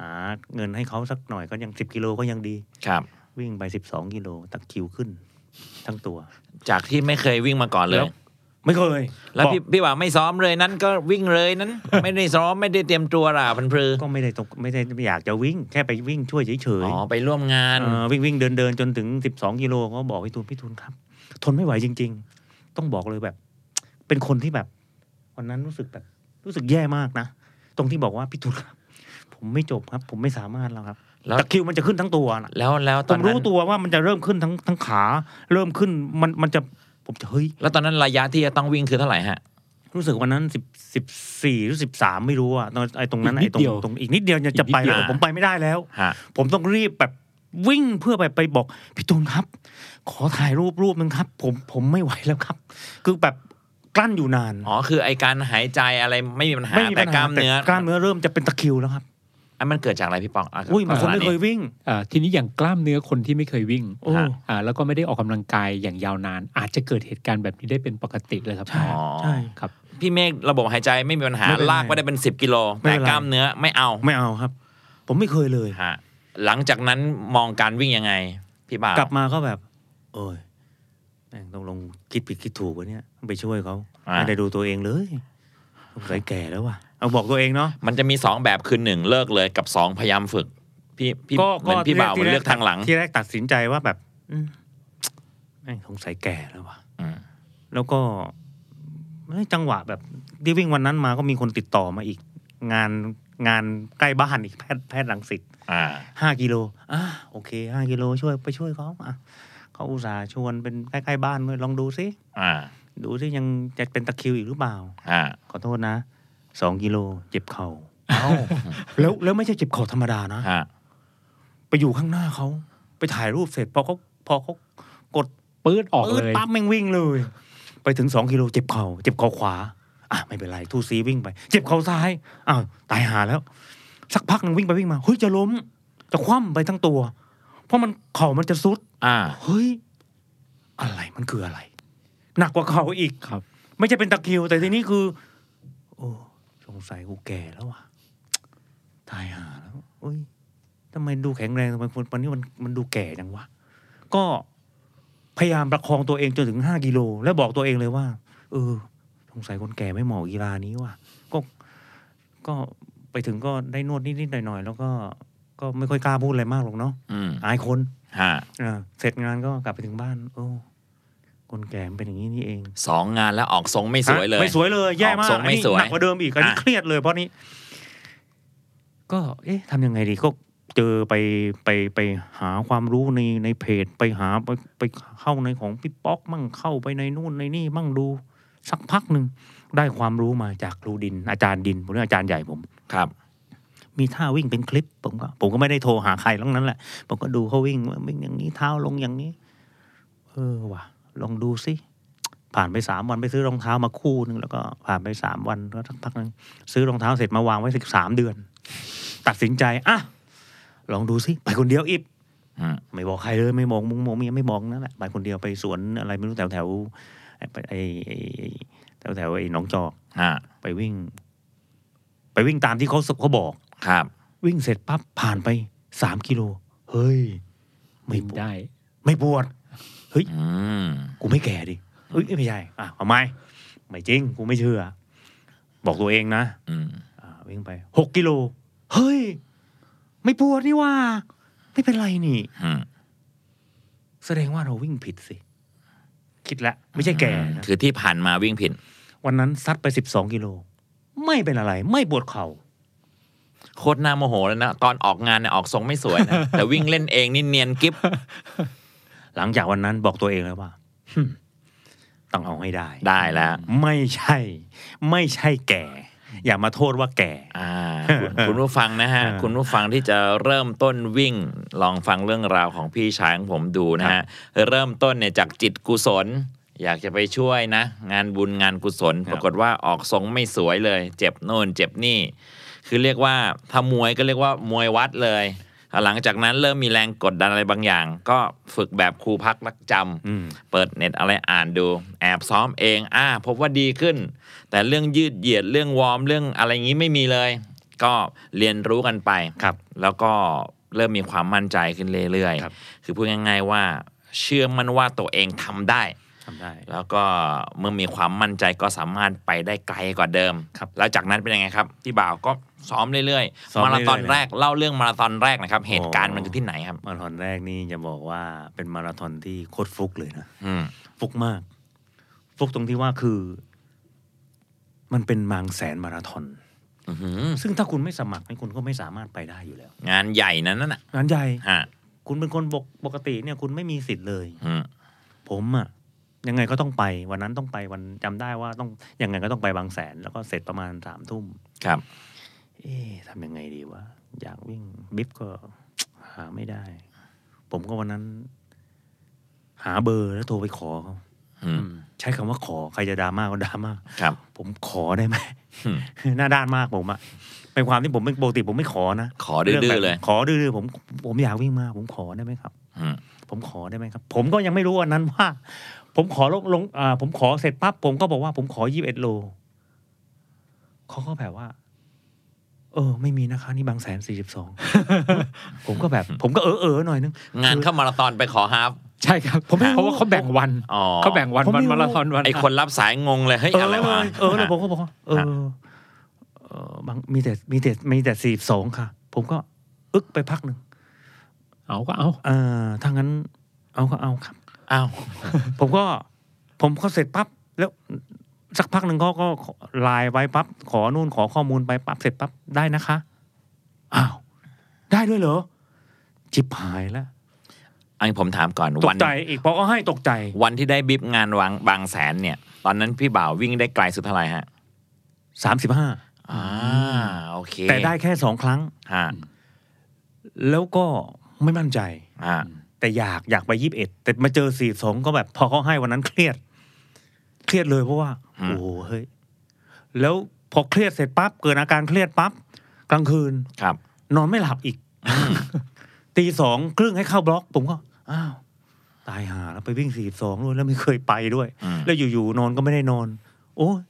Speaker 5: หาเงินให้เขาสักหน่อยก็ยังสิบกิโลก็ยังดี
Speaker 3: ครับ
Speaker 5: วิ่งไปสิบสองกิโลตะคริวขึ้น ทั้งตัว
Speaker 3: จากที่ไม่เคยวิ่งมาก่อนเลย
Speaker 5: ไม่เคย
Speaker 3: แล้วพี่
Speaker 5: บ
Speaker 3: พี่บ่าวไม่ซ้อมเลยนั้นก็วิ่งเลย นั้น ไม่ได้ซ้อมไม่ได้เตรียมตัวล่ะพันพรือ
Speaker 5: อกก็ไม่ได้ตกไม่ได้อยากจะวิ่งแค่ไปวิ่งช่วยเฉย
Speaker 3: อ๋อ ไปร่วมงา
Speaker 5: ๆ
Speaker 3: น
Speaker 5: เอ่อวิ่งวิ่งเดินเดินจนถึงสิบสองกิโลก็บอกพี่ตูนพี่ตูนครับ ทนไม่ไหวจริง ๆ ต้องบอกเลยแบบ เป็นคนที่แบบ วันนั้นรู้สึกแบบ รู้สึกแย่มากนะตรงที่บอกว่าพี่ตูนครับ ผมไม่จบครับ ผมไม่สามารถแล้วครับ
Speaker 3: แล้ว
Speaker 5: ตะคริวมันจะขึ้นทั้งตัวนะ
Speaker 3: แล้วแล้ว
Speaker 5: ผ
Speaker 3: ตอน
Speaker 5: ม
Speaker 3: นั้
Speaker 5: รู้
Speaker 3: น
Speaker 5: ตัวว่ามันจะเริ่มขึ้นทั้งทั้งขา เริ่มขึ้นมันมันจะผมจะเฮ้ย
Speaker 3: แล้วตอนนั้นระยะที่จะต้องวิ่งคือเท่าไหร่ฮะ
Speaker 5: รู้สึกวันนั้นสิบสิบสี่หรือสิบสามไม่รู้อะตอนไอ้ตรงนั้น
Speaker 4: อี
Speaker 5: ไอ้
Speaker 4: ก
Speaker 5: ต
Speaker 4: นิด
Speaker 5: รง
Speaker 4: เดียว
Speaker 5: ตรงอีกนิดเดียวจะจะไป
Speaker 4: อีกนิดเดี
Speaker 5: แล้
Speaker 4: ยว ว
Speaker 5: ผมไปไม่ได้แล้ว
Speaker 3: ฮะ
Speaker 5: ผมต้องรีบแบบวิ่งเพื่อไปไปบอก พี่ตูนครับ ขอถ่ายรูปรูปหนึ่งครับ ผมผมไม่ไหวแล้วครับ คือแบบกลั้นอยู่นาน
Speaker 3: อ๋อ คือไอการหายใจอะไรไม่มีปัญหา แต่กล้ามเนื้อ
Speaker 5: แต่กล้ามเนื้อเริ่มจะเป็นตะคริวแล้วครับ
Speaker 3: อันมันเกิดจากอะไรพี่ปองะ
Speaker 5: อุ้ยมันคน
Speaker 3: ลักษ
Speaker 5: ไม่
Speaker 3: ณะ
Speaker 5: เคยวิ่ง
Speaker 4: อ่าทีนี้อย่างกล้ามเนื้อคนที่ไม่เคยวิ่ง
Speaker 5: โอ้
Speaker 4: อ่าแล้วก็ไม่ได้ออกกำลังกายอย่างยาวนาน อาจจะเกิดเหตุการณ์แบบนี้ได้เป็นปกติเลยครับ
Speaker 3: ใช่อ๋อ
Speaker 5: ใช่
Speaker 4: ครับ
Speaker 3: พี่เมฆระบบหายใจไม่มีปัญหา
Speaker 5: ไม่เป็นไร
Speaker 3: ลากไปได้เป็น 10 กิโล
Speaker 5: ไม่
Speaker 3: แต่
Speaker 5: เป็นไร
Speaker 3: กล้ามเนื้อไม่เอา
Speaker 5: ไม่เอาครับ ผมไม่เคยเลย
Speaker 3: ฮะหลังจากนั้นมองการวิ่งยังไง พี่บ่าว
Speaker 5: กลับมาก็แบบ โอ้ยแม่งต้องลงคิดผิดคิดถูกวะเนี่ยไปช่วยเขาไม่ได้ดูตัวเองเลยสงสัยแก่แล้วว่ะเอาบอกตัวเองเนาะ
Speaker 3: มันจะมี 2 แบบคือหนึ่งเลิกเลยกับ 2 พยายามฝึก พี่พี่เหมือนพี่บ่าว
Speaker 5: ที่
Speaker 3: มัน
Speaker 5: แร
Speaker 3: เลือกทางหลัง
Speaker 5: ที่แรกตัดสินใจว่าแบบอืมแม่งสงสัยแก่แล้วว่ะ
Speaker 3: อืม
Speaker 5: แล้วก็เอ้ยจังหวะแบบที่วิ่งวันนั้นมาก็มีคนติดต่อมาอีก งานงานใกล้บ้านอีกแพทย์แพทย์รังสิต
Speaker 3: อ่า
Speaker 5: ห้ากิโลอ่ะโอเคห้ากิโลช่วยไปช่วยเขาอ่ะเขาอุตส่าห์ชวนเป็นใกล้ๆบ้านด้วยลองดูซิ
Speaker 3: อ่า
Speaker 5: ดูสิยังจะเป็นตะคริวอีกหรือเปล่า
Speaker 3: อ่า
Speaker 5: ขอโทษนะสองกิโลเจ็บเข่า แล้วแล้วไม่ใช่เจ็บเข่าธรรมดานะ
Speaker 3: ฮะ
Speaker 5: ไปอยู่ข้างหน้าเขา ไปถ่ายรูปเสร็จพอเขาพอเขากด
Speaker 4: ปื๊ดออก
Speaker 5: ปื๊ด
Speaker 4: เลย
Speaker 5: ปั๊บแม่งวิ่งเลย ไปถึงสองกิโลเจ็บเข่าเจ็บเข่าขวา อ่ะไม่เป็นไรทูซีวิ่งไป เจ็บเข่าซ้ายอ้าวตายหาแล้ว สักพักหนึงวิ่งไปวิ่งมาเฮ้ยจะล้ม จะคว่ำไปทั้งตัว เพราะมันเข่ามันจะซุด
Speaker 3: อ่า
Speaker 5: เฮ้ย อะไรมันคืออะไร หนักกว่าเขาอีก
Speaker 4: ครับ
Speaker 5: ไม่ใช่เป็นตะคริว แต่ทีนี้คือ โอ้สงสัยกูแก่แล้วอ่ะตายหาแล้วเอ้ยทำไมดูแข็งแรงทำไมคนวันนี้มันมันดูแก่จังวะ ก็พยายามประคองตัวเองจนถึงห้ากิโล แล้วบอกตัวเองเลยว่า เออ สงสัยคนแก่ไม่เหมาะกีฬานี้ว่ะก็ก็ไปถึงก็ได้นวดนิดๆหน่อยๆแล้วก็ก็ไม่ค่อยกล้าพูดอะไรมากหรอกเนาะ
Speaker 3: อืม
Speaker 5: อายคน
Speaker 3: ฮะ
Speaker 5: อ่าเสร็จงานก็กลับไปถึงบ้าน โอ้ คนแก่มันเป็นอย่างนี้นี่เอง
Speaker 3: สองงานแล้วออกทรงไม่สวยเลย
Speaker 5: ฮะไม่สวยเลย แย่มา
Speaker 3: ออ
Speaker 5: ก
Speaker 3: กทรงไม่สวย
Speaker 5: อันนี้หนักกว่าเดิมอีกอันนี้
Speaker 3: อ่ะ
Speaker 5: เครียดเลยเพราะนี้ ก็เอ๊ะทำยังไงดีก็เจอไปไปไปหาความรู้ในในเพจ ไปหาไปไปเข้าในของพี่ป๊อกมั่งเข้าไปในนู่นในนี่มั่งดู สักพักหนึ่งได้ความรู้มาจากครูดิน อาจารย์ดินผมเรียกอาจารย์ใหญ่ผม
Speaker 3: ครับ
Speaker 5: มีท่าวิ่งเป็นคลิป ผมก็ผมก็ไม่ได้โทรหาใครทั้งนั้นแหละ ผมก็ดูเขาวิ่งว่าวิ่งอย่างนี้เท้าลงอย่างนี้ เออว่ะ ลองดูสิผ่านไปสามวันไปซื้อรองเท้ามาคู่หนึ่งแล้วก็ผ่านไปสามวันก็สักพักหนึงซื้อรองเท้าเสร็จมาวางไว้สิบสามเดือน ตัดสินใจอ่ะลองดูสิไปคนเดียวอีก
Speaker 3: อืม
Speaker 5: ไม่บอกใครเลยไม่บอกมุงมองเมียไม่บอกนั่นแหละไปคนเดียวไปสวนอะไรไม่รู้แถวแถวไอ้ไอ้ไอ้ไอ้แถวแถวไอ้หนองจอก
Speaker 3: ฮะ
Speaker 5: ไปวิ่ง ไปวิ่งตามที่เขาเขาบอก
Speaker 3: ครับ
Speaker 5: วิ่งเสร็จปั๊บผ่านไปสามกิโล เฮ้ย ไม่
Speaker 4: วิ่ง
Speaker 5: ปวด
Speaker 4: ได้
Speaker 5: ไม่ปวด
Speaker 3: อืม
Speaker 5: กูไม่แก่ดิเอ้ยเอ้ยไม่ใช่อ่ะเอาไหมไม่จริง กูไม่เชื่อ บอกตัวเองนะ
Speaker 3: อืม
Speaker 5: อ่าวิ่งไปหกกิโล เฮ้ย ไม่ปวดนี่ว่า ไม่เป็นไรนี่
Speaker 3: อืม
Speaker 5: แสดงว่าเราวิ่งผิดสิ คิดละ ไม่ใช่แก่นะ
Speaker 3: คือที่ผ่านมาวิ่งผิด
Speaker 5: วันนั้นซัดไปสิบสองกิโล ไม่เป็นอะไร ไม่ปวดเข่า
Speaker 3: โคตรน่าโมโหเลยนะ ตอนออกงานเนี่ยออกทรงไม่สวยนะ แต่วิ่งเล่นเองนี่เนียนกิฟ
Speaker 5: หลังจากวันนั้นบอกตัวเองแล้วว่าหึ่มต้องเอาให้ได้
Speaker 3: ได้แล้ว
Speaker 5: ไม่ใช่ ไม่ใช่แก่ อย่ามาโทษว่าแก่
Speaker 3: อ่าคุณ คุณผู้ฟังนะฮะ คุณผู้ฟังที่จะเริ่มต้นวิ่งลองฟังเรื่องราวของพี่ชายของผมดูนะฮะ เริ่มต้นเนี่ยจากจิตกุศล อยากจะไปช่วยนะ งานบุญงานกุศล ปรากฏว่าออกทรงไม่สวยเลย เจ็บโน่นเจ็บนี่ คือเรียกว่าถ้ามวยก็เรียกว่ามวยวัดเลย หลังจากนั้นเริ่มมีแรงกดดันอะไรบางอย่าง ก็ฝึกแบบครูพักรักจำ
Speaker 5: อืม
Speaker 3: เปิดเน็ตอะไรอ่านดู แอบซ้อมเองอ่าพบว่าดีขึ้น แต่เรื่องยืดเหยียดเรื่องวอร์มเรื่องอะไรอย่างนี้ไม่มีเลย ก็เรียนรู้กันไป
Speaker 5: ครับ
Speaker 3: แล้วก็เริ่มมีความมั่นใจขึ้นเรื่อย
Speaker 5: ครับ
Speaker 3: ๆ คือพูดง่ายๆว่า เชื่อมั่นว่าตัวเองทำได้
Speaker 5: ทำได้
Speaker 3: แล้วก็เมื่อมีความมั่นใจก็สามารถไปได้ไกลกว่าเดิม
Speaker 5: ครับ
Speaker 3: แล้วจากนั้นเป็นยังไงครับพี่บ่าวก็ซ้อมเรื่อย
Speaker 5: ซ้อม
Speaker 3: ๆมาราธอน
Speaker 5: เรื่อยๆนะ
Speaker 3: แรกเล่าเรื่องมาราธอนแรกหนะครับ เหตุการณ์
Speaker 5: อ๋อ
Speaker 3: มันคือที่ไหนครับ
Speaker 5: มาราธอนแรกนี่จะบอกว่าเป็นมาราธอนที่โคตรฟลุกเลยนะ
Speaker 3: อืม
Speaker 5: ฟลุกมาก ฟลุกตรงที่ว่าคือ มันเป็นมางแสนมาราธอน
Speaker 3: อื้อหือ
Speaker 5: ซึ่งถ้าคุณไม่สมัครนี่คุณก็ไม่สามารถไปได้อยู่แล้ว
Speaker 3: งานใหญ่นั้นน่ะ
Speaker 5: งานใหญ่
Speaker 3: ฮะ
Speaker 5: คุณเป็นคนปกปกติเนี่ย คุณไม่มีสิทธิ์เลย
Speaker 3: อืม
Speaker 5: ผมอะยังไงก็ต้องไป วันนั้นต้องไปวันจำได้ว่าต้องยังไงก็ต้องไปบางแสน แล้วก็เสร็จประมาณสามทุ่ม
Speaker 3: ครับ
Speaker 5: เอ๊ะทำยังไงดีวะ อยากวิ่งบิ๊บก็ หาไม่ได้ ผมก็วันนั้น หาเบอร์แล้วโทรไปขอเขา
Speaker 3: อืม
Speaker 5: ใช้คำว่าขอ ใครจะดราม่าก็ดราม่า
Speaker 3: ครับ
Speaker 5: ผมขอ ได้ไหม
Speaker 3: อืม
Speaker 5: หน้าด้านมากผมอะเป็นความที่ผมเป็นปกติผมไม่ขอนะ
Speaker 3: ขอดื้
Speaker 5: รื่งแบ
Speaker 3: อบ ๆเลย
Speaker 5: ขอดื้อๆผมผมอยากวิ่งมากผมขอได้ไหมครับ
Speaker 3: อืม
Speaker 5: ผมขอได้ไหมครับ ผมก็ยังไม่รู้วันนั้นว่า ผมขอลงลงอ่าผมขอเสร็จปั๊บผมก็บอกว่าผมขอยี่สิบเอ็ดโลเขาก็แบบว่า เออ ไม่มีนะคะ นี่บางแสนสี่สิบสอง ผมก็แบบ ผมก็เออเออหน่อยนึง
Speaker 3: งานเข้ามาราธอนไปขอฮาฟ
Speaker 4: ใช่ครับ
Speaker 5: ผมไม่รู้
Speaker 4: เพราะว่าเขาแบ่งวัน
Speaker 3: อ๋อ
Speaker 4: เขาแบ่งวัน
Speaker 5: ผม
Speaker 4: วั
Speaker 5: ไม่
Speaker 4: น
Speaker 5: รู้
Speaker 4: มาราธอนวัน
Speaker 3: ไอคนรับสายงงเลย เฮ้ย
Speaker 5: เออ
Speaker 3: อะไรวะ
Speaker 5: เออแล้วผมก็บอกว่าเออเออบางมีแต่มีแต่มีแต่สี่สิบสองค่ะ ผมก็ อึกไปพักหนึ่ง
Speaker 4: เอาก็เอา
Speaker 5: อ่าถ้างั้น เอาก็เอาครับ
Speaker 3: อ้าว
Speaker 5: ผมก็ผมก็เสร็จปั๊บแล้วสักพักหนึ่งก็ก็ไลน์ไว้ปั๊บขอนู่นขอข้อมูลไปปั๊บเสร็จปั๊บได้นะคะอ้าวได้ด้วยเหรอจิบหายแล้ว
Speaker 3: อันนี้ผมถามก่อน
Speaker 5: ต
Speaker 3: วั
Speaker 5: ก
Speaker 3: น
Speaker 5: ใจอีกพอก็ให้ตกใจ
Speaker 3: วันที่ได้บิบงานวางบางแสนเนี่ย ตอนนั้นพี่บ่าววิ่งได้ไกลสุดเท่าไหร่ฮะ
Speaker 5: สามสิบห้า
Speaker 3: อ่า โอ โอเค
Speaker 5: แต่ได้แค่สองครั้ง
Speaker 3: ฮะ
Speaker 5: แล้วก็ไม่มั่นใจ
Speaker 3: ฮะ
Speaker 5: แต่อยากอยากไปยี่สิบเอ็ดแต่มาเจอสี่สองก็แบบ พอเขาให้วันนั้นเครียด เครียดเลยเพราะว่า โอ้โหเฮ้ยแล้วพอเครียดเสร็จปั๊บเกิดอาการเครียดปั๊บกลางคืน
Speaker 3: ครับ
Speaker 5: นอนไม่หลับอีก ตีสองครึ่งให้เข้าบล็อก ผมก็ อ้าว ตายหาแล้วไปวิ่งสี่สองด้วยแล้วไม่เคยไปด้วย
Speaker 3: อืม
Speaker 5: แล้วอยู่ๆนอนก็ไม่ได้นอน โอ้ย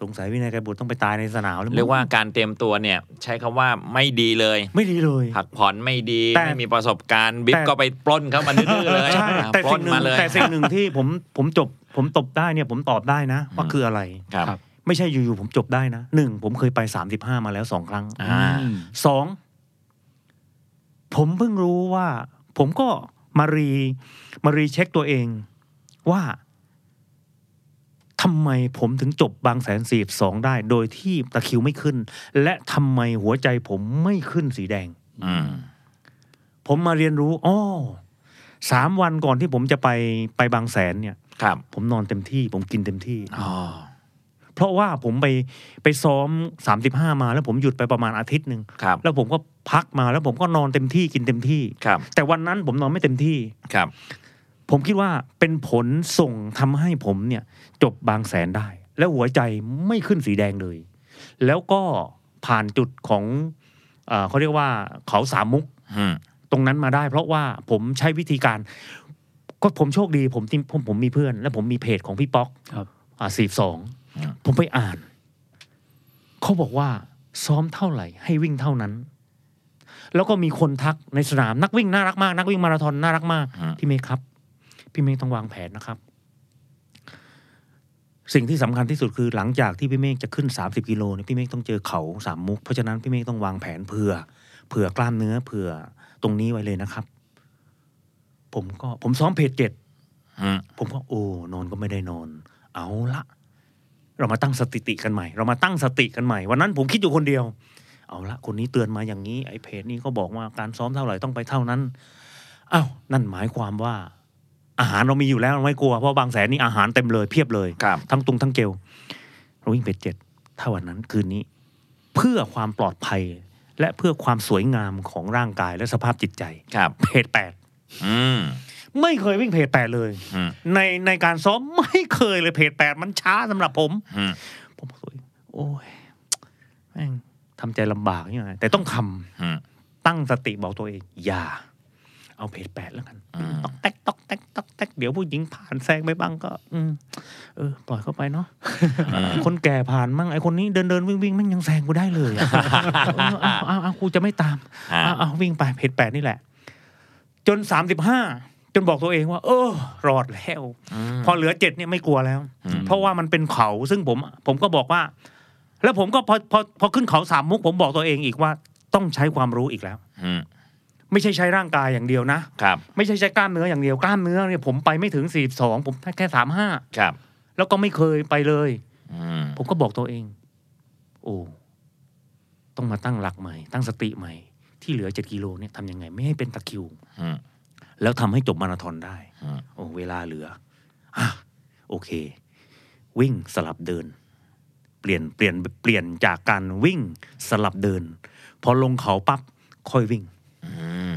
Speaker 5: สงสัยวินัยไกรบุตรต้องไปตายในสนามแล้วมั้ง
Speaker 3: เรียกว่าการเตรียมตัวเนี่ย ใช้คำว่าไม่ดีเลย
Speaker 5: ไม่ดีเลย
Speaker 3: ผักผ่อนไม่ดี
Speaker 5: แต่
Speaker 3: ไม่มีประสบการณ์บิ๊
Speaker 5: แต่
Speaker 3: กก็ไปปล้นเขามาดื้อๆเลย
Speaker 5: ใช่
Speaker 3: อ่ะ
Speaker 5: แต่
Speaker 3: ปล้
Speaker 5: สิ่
Speaker 3: น
Speaker 5: งหนึ่
Speaker 3: มาง เลย
Speaker 5: แต่สิ่งหนึ่งที่ผมผมจบ ผมตบได้เนี่ย ผมตอบได้นะ ว่าคืออะไร
Speaker 3: ครับ
Speaker 4: ครับ
Speaker 5: ไม่ใช่อยู่ๆผมจบได้นะหนึ่งผมเคยไปสามสิบห้ามาแล้วสองครั้ง
Speaker 3: อ่า
Speaker 4: อืม
Speaker 5: สองผมเพิ่งรู้ว่า ผมก็มารีมารีเช็คตัวเองว่าทำไมผมถึงจบบางแสนสี่สองได้ โดยที่ตะคริวไม่ขึ้น และทำไมหัวใจผมไม่ขึ้นสีแดง
Speaker 3: อืม
Speaker 5: ผมมาเรียนรู้อ้อสามวันก่อนที่ผมจะไปไปบางแสนเนี่ย
Speaker 3: ครับ
Speaker 5: ผมนอนเต็มที่ ผมกินเต็มที่
Speaker 3: อ๋อ
Speaker 5: เพราะว่าผมไปไปซ้อมสามสิบห้ามา แล้วผมหยุดไปประมาณอาทิตย์หนึ่ง
Speaker 3: ครับ
Speaker 5: แล้วผมก็พักมาแล้วผมก็นอนเต็มที่กินเต็มที่
Speaker 3: ครับ
Speaker 5: แต่วันนั้นผมนอนไม่เต็มที่
Speaker 3: ครับ
Speaker 5: ผมคิดว่าเป็นผลส่งทำให้ผมเนี่ย จบบางแสนได้ แล้วหัวใจไม่ขึ้นสีแดงเลย แล้วก็ผ่านจุดของเออเขาเรียกว่าเขาสามมุก
Speaker 3: อืม
Speaker 5: ตรงนั้นมาได้ เพราะว่าผมใช้วิธีการ ก็ผมโชคดีผมที่ผมผมมีเพื่อน และผมมีเพจของพี่ป๊อก
Speaker 4: ครับ
Speaker 5: อ่าสีสองผมไปอ่าน เขาบอกว่าซ้อมเท่าไหร่ ให้วิ่งเท่านั้น แล้วก็มีคนทักในสนามนักวิ่งน่ารักมาก นักวิ่งมาราธอนน่ารักมาก พี่เมย์ครับ พี่เมย์ต้องวางแผนนะครับ สิ่งที่สำคัญที่สุดคือหลังจากที่พี่เมฆจะขึ้น 30กิโลเนี่ยพี่เมฆต้องเจอเขาสามมุก เพราะฉะนั้นพี่เมฆต้องวางแผนเผื่อ เผื่อกล้ามเนื้อเผื่อตรงนี้ไว้เลยนะครับ ผมก็ผมซ้อมเพจเจ็ด
Speaker 3: อืม
Speaker 5: ผมก็โอ้นอนก็ไม่ได้นอน เอาละเรามาตั้งสติติกันใหม่ เรามาตั้งสติกันใหม่ วันนั้นผมคิดอยู่คนเดียว เอาละคนนี้เตือนมาอย่างนี้ ไอ้เพจนี้ก็บอกว่าการซ้อมเท่าไหร่ต้องไปเท่านั้นอ้าวนั่นหมายความว่า อาหารเรามีอยู่แล้วเราไม่กลัวเพราะบางแสนนี่อาหารเต็มเลยเพียบเลย
Speaker 3: ครับ
Speaker 5: ทั้งตุงทั้งเกลเราวิ่งเพจเจ็ดถ้าวันนั้นคืนนี้ เพื่อความปลอดภัย และเพื่อความสวยงามของร่างกายและสภาพจิตใจ
Speaker 3: ครับ
Speaker 5: เพจแปด
Speaker 3: อืม
Speaker 5: ไม่เคยวิ่งเพจแปดเลย
Speaker 3: อืม
Speaker 5: ในในการซ้อม ไม่เคยเลยเพจแปดมันช้าสำหรับผม
Speaker 3: อืม
Speaker 5: ผมบอกเลยโอ้ยแม่งทำใจลำบากยังไงแต่ต้องทำ
Speaker 3: อืม
Speaker 5: ตั้งสติบอกตัวเอง อย่า เอาเพจแปดแล้วกัน
Speaker 3: อืม
Speaker 5: ตอกแตกตอกแตกตอกแตกเดี๋ยวผู้หญิงผ่านแซงไปบ้างก็ อืมเออ ปล่อยเข้าไปเนาะคนแก่ผ่านมั่งไอคนนี้เดินเดินวิ่งวิ่งแม่งยังแซงกูได้เลยอะ เออเอาเอาเอากูจะไม่ตาม
Speaker 3: ฮะ
Speaker 5: อ่ะเอาวิ่งไปเพจแปดนี่แหละ จนสามสิบห้าจนบอกตัวเองว่า เออ รอดแล้ว พอเหลือเจ็ดเนี่ยไม่กลัวแล้ว เพราะว่ามันเป็นเขาซึ่งผม ผมก็บอกว่า แล้วผมก็พอพอพอขึ้นเขาสามมุก ผมบอกตัวเองอีกว่า ต้องใช้ความรู้อีกแล้ว
Speaker 3: อืม
Speaker 5: ไม่ใช่ใช้ร่างกายอย่างเดียวนะ
Speaker 3: ครับ
Speaker 5: ไม่ใช่ใช้กล้ามเนื้ออย่างเดียวกล้ามเนื้อเนี่ยผมไปไม่ถึงสี่สองผมแค่สามห้า
Speaker 3: ครับ
Speaker 5: แล้วก็ไม่เคยไปเลย
Speaker 3: อืม
Speaker 5: ผมก็บอกตัวเอง โอ้ ต้องมาตั้งหลักใหม่ ตั้งสติใหม่ ที่เหลือเจ็ดกิโลเนี่ยทำยังไง ไม่ให้เป็นตะคริว
Speaker 3: อืม
Speaker 5: แล้วทำให้จบมาราธอนได้
Speaker 3: อืม
Speaker 5: โอ้ เวลาเหลืออ่ะโอเค วิ่งสลับเดิน เปลี่ยนเปลี่ยนเปลี่ยนจากการวิ่งสลับเดิน พอลงเขาปั๊บค่อยวิ่ง
Speaker 3: อืม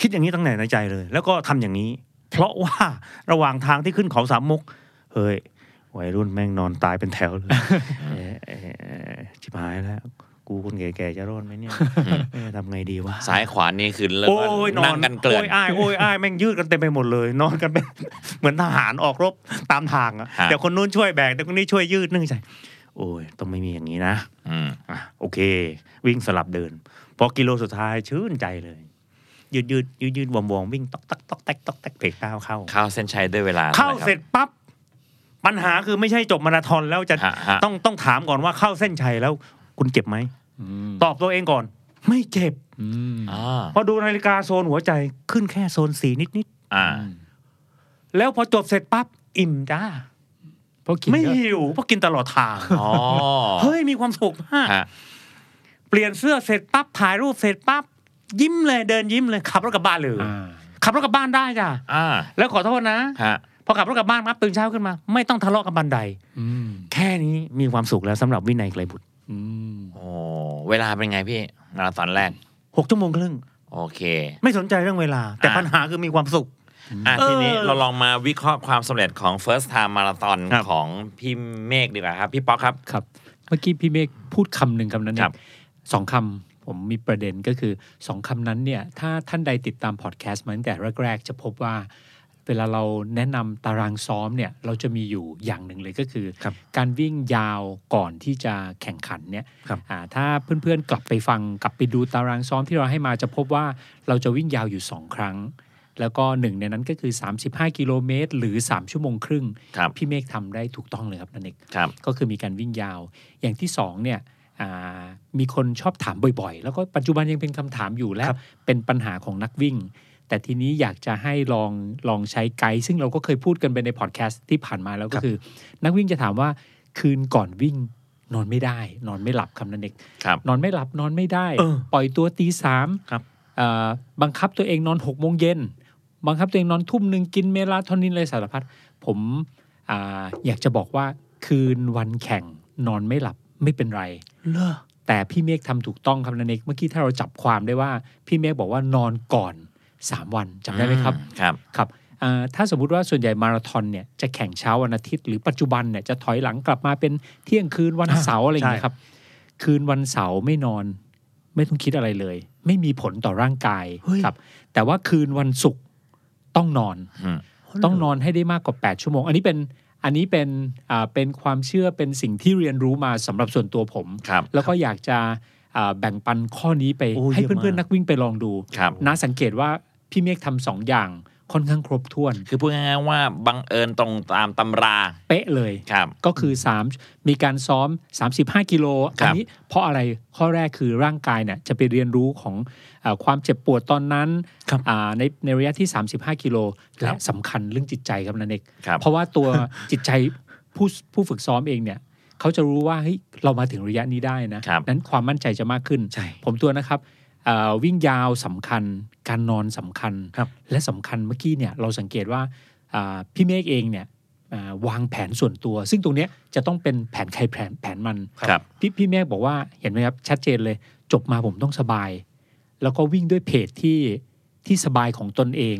Speaker 5: คิดอย่างนี้ตั้งแต่ในใจเลย แล้วก็ทำอย่างนี้ เพราะว่าระหว่างทางที่ขึ้นเขาสามมุก เฮ้ย วัยรุ่นแม่งนอนตายเป็นแถวเลย เอ๊ะเอ๊ะเอ๊ะชิบหายแล้ว กูคนแก่ๆจะรอดไหมเนี่ยเอ๊ะทำไงดีวะ
Speaker 3: ซ้ายขวานี่คือเริ่ม
Speaker 5: โอ้ยนอ
Speaker 3: นั่
Speaker 5: น
Speaker 3: งกันเกลื่อน
Speaker 5: โอ้ยอ้ายโอ้ยอ้ายแม่งยืดกันเต็มไปหมดเลย นอนกันเป็น เหมือนทหารออกรบตามทางอะ
Speaker 3: ฮะ
Speaker 5: เดี๋ยวคนนู้นช่วยแบกเดี๋ยวคนนี้ช่วยยืดนึ่งใจ โอ้ย ต้องไม่มีอย่างนี้นะ
Speaker 3: อืม
Speaker 5: อ่ะโอเค วิ่งสลับเดิน พอกิโลสุดท้ายชื่นใจเลย ยืดยืดยืดยืดวอมวอมวิ่งตอกตักตอกแตกตอกแตกเพกเต้าเข้า
Speaker 3: เข้าเส้นชัยด้วยเวลา
Speaker 5: เข้า
Speaker 3: ท่ไหคบ
Speaker 5: เสร็จปั๊บปัญหาคือไม่ใช่จบมาราธอนแล้วจะ
Speaker 3: ฮะฮะ
Speaker 5: ต้องต้องถามก่อนว่าเข้าเส้นชัยแล้ว คุณเจ็บไหม
Speaker 4: อืม
Speaker 5: ตอบตัวเองก่อน ไม่เจ็บ
Speaker 4: อืม
Speaker 3: อ่า
Speaker 5: พอดูนาฬิกาโซนหัวใจขึ้นแค่โซนสีนิดนิด
Speaker 3: อ่า
Speaker 5: ๆแล้วพอจบเสร็จปั๊บอิ่มจ้า
Speaker 4: เพราะกิน
Speaker 5: ไม่
Speaker 4: ก็
Speaker 5: หิวเพราะกินต ลอดทาง
Speaker 3: อ๋อ
Speaker 5: เฮ้ยมีความสุขมาก
Speaker 3: ฮะ
Speaker 5: เปลี่ยนเสื้อเสร็จปั๊บถ่ายรูปเสร็จปั๊บยิ้มเลยเดินยิ้มเลยขับรถกลับบ้านเลย
Speaker 4: อ่า
Speaker 5: ขับรถกลับบ้านได้จ้ะ
Speaker 3: อ่า
Speaker 5: แล้วขอโทษนะ
Speaker 3: ฮะ
Speaker 5: พอขับรถกลับบ้านปั๊บตื่นเช้าขึ้นมา ไม่ต้องทะเลาะกับบันได
Speaker 4: อืม
Speaker 5: แค่นี้มีความสุขแล้วสำหรับวินัยไกลบุตร
Speaker 4: อืม
Speaker 3: โอ้ เวลาเป็นไงพี่มาราธอนแรก
Speaker 5: หกชั่วโมงครึ่ง
Speaker 3: โอเค
Speaker 5: ไม่สนใจเรื่องเวลา แต่
Speaker 3: อ่ะ
Speaker 5: ปัญหาคือมีความสุข
Speaker 3: อ่ะ
Speaker 5: เออ
Speaker 3: ทีนี้เราลองมาวิเคราะห์ความสำเร็จของ first time marathon
Speaker 5: ครับ
Speaker 3: ของพี่เมฆดีกว่าครับ พี่ป๊อกครับ
Speaker 4: ครับเมื่อกี้พี่เมฆพูดคำหนึ่งคำนั้น
Speaker 3: ค
Speaker 4: เนี่
Speaker 3: รั
Speaker 4: ย
Speaker 3: บ
Speaker 4: สองคำผมมีประเด็นก็คือสองคำนั้นเนี่ยถ้าท่านใดติดตามพอดแคสต์มาตั้งแต่แรก ๆ จะพบว่า เวลาเราแนะนำตารางซ้อมเนี่ยเราจะมีอยู่อย่างหนึ่งเลยก็คือ
Speaker 5: ครับ
Speaker 4: การวิ่งยาวก่อนที่จะแข่งขันเนี่ย
Speaker 5: ครับ
Speaker 4: อ่าถ้าเพื่อนๆกลับไปฟังกลับไปดูตารางซ้อมที่เราให้มาจะพบว่าเราจะวิ่งยาวอยู่ 2 ครั้ง แล้วก็หนึ่งในนั้นก็คือ 35 กิโลเมตร หรือ 3 ชั่วโมงครึ่ง
Speaker 3: ครับ
Speaker 4: พี่เมฆทำได้ถูกต้องเลยครับนันเอก
Speaker 3: ครับ
Speaker 4: ก็คือมีการวิ่งยาว อย่างที่สองเนี่ยอ่ามีคนชอบถามบ่อยๆ แล้วก็ปัจจุบันยังเป็นคำถามอยู่และ
Speaker 5: ครับ
Speaker 4: เป็นปัญหาของนักวิ่ง แต่ทีนี้อยากจะให้ลองลองใช้ไกด์ซึ่งเราก็เคยพูดกันไปในพอดแคสต์ที่ผ่านมาแล้วก็คือ นักวิ่งจะถามว่าคืนก่อนวิ่งนอนไม่ได้ นอนไม่หลับคำนั้นเอง
Speaker 3: ครับ
Speaker 4: นอนไม่หลับนอนไม่ได้
Speaker 5: เออ
Speaker 4: ปล่อยตัวตีสาม
Speaker 5: ครับ
Speaker 4: เอ่อบังคับตัวเองนอนหกโมงเย็นบังคับตัวเองนอนทุ่มหนึ่งกินเมลาโทนินอะไรสารพัดผมอาอยากจะบอกว่าคืนวันแข่งนอนไม่หลับไม่เป็นไร
Speaker 5: เลอ
Speaker 4: แต่พี่เมฆทำถูกต้องครับนันเอกเมื่อกี้ถ้าเราจับความได้ว่า พี่เมฆบอกว่านอนก่อน 3 วันจำได้ไหมครับ
Speaker 3: อืครับ
Speaker 4: ครับอ่าถ้าสมมุติว่าส่วนใหญ่มาราธอนเนี่ยจะแข่งเช้าวันอาทิตย์หรือปัจจุบันเนี่ยจะถอยหลังกลับมาเป็นเที่ยงคืนวันเสาร์อะไรอย่างนี้ยครับ คืนวันเสาร์ไม่นอนไม่ต้องคิดอะไรเลย ไม่มีผลต่อร่างกายครับ แต่ว่าคืนวันศุกร์ต้องนอน
Speaker 3: อืม
Speaker 4: ต้องนอนให้ได้มากกว่า 8 ชั่วโมง อันนี้เป็นอันนี้เป็นอ่าเป็นความเชื่อเป็นสิ่งที่เรียนรู้มาสำหรับส่วนตัวผม
Speaker 3: ครับ
Speaker 4: แล้วก็อยากจะอ่าแบ่งปันข้อนี้ไป
Speaker 5: โอ้
Speaker 4: ให้
Speaker 5: เยี่ยม
Speaker 4: เพื่อนๆ
Speaker 5: มาก
Speaker 4: นักวิ่งไปลองดู
Speaker 3: ครับ
Speaker 4: น้าสังเกตว่าพี่เมฆทำสองอย่างค่อนข้างครบถ้วน
Speaker 3: คือพูดง่ายๆว่าบังเอิญตรงตามตำรา
Speaker 4: เป๊ะเลย
Speaker 3: ครับ
Speaker 4: ก็คือ3มีการซ้อม 35 กิโล
Speaker 3: ครั
Speaker 4: อั
Speaker 3: บ
Speaker 4: นี้เพราะอะไรข้อแรกคือร่างกายเนี่ยจะไปเรียนรู้ของเออความเจ็บปวดตอนนั้น
Speaker 5: ครับ
Speaker 4: อ่าในในระยะที่ 35 กิโลและสำคัญเรื่องจิตใจครับนันเอก
Speaker 3: ครับ
Speaker 4: เพราะว่า ตัว จิตใจผู้ผู้ฝึกซ้อมเองเนี่ยเขาจะรู้ว่าเฮ้ยเรามาถึงระยะนี้ได้นะครับ นั้นความมั่นใจจะมากขึ้น
Speaker 5: ใช่
Speaker 4: ผมตัวนะครับเอ่อวิ่งยาวสำคัญ การนอนสำคัญ
Speaker 5: ครับ
Speaker 4: และสำคัญเมื่อกี้เนี่ยเราสังเกตว่าอ่าพี่เมฆเองเนี่ยอ่าวางแผนส่วนตัว ซึ่งตรงเนี้ยจะต้องเป็นแผนใครแผนแผนมัน
Speaker 3: ครับ
Speaker 4: พี่พี่เมฆบอกว่าเห็นไหมครับชัดเจนเลย จบมาผมต้องสบาย แล้วก็วิ่งด้วยเพจที่ที่สบายของตนเอง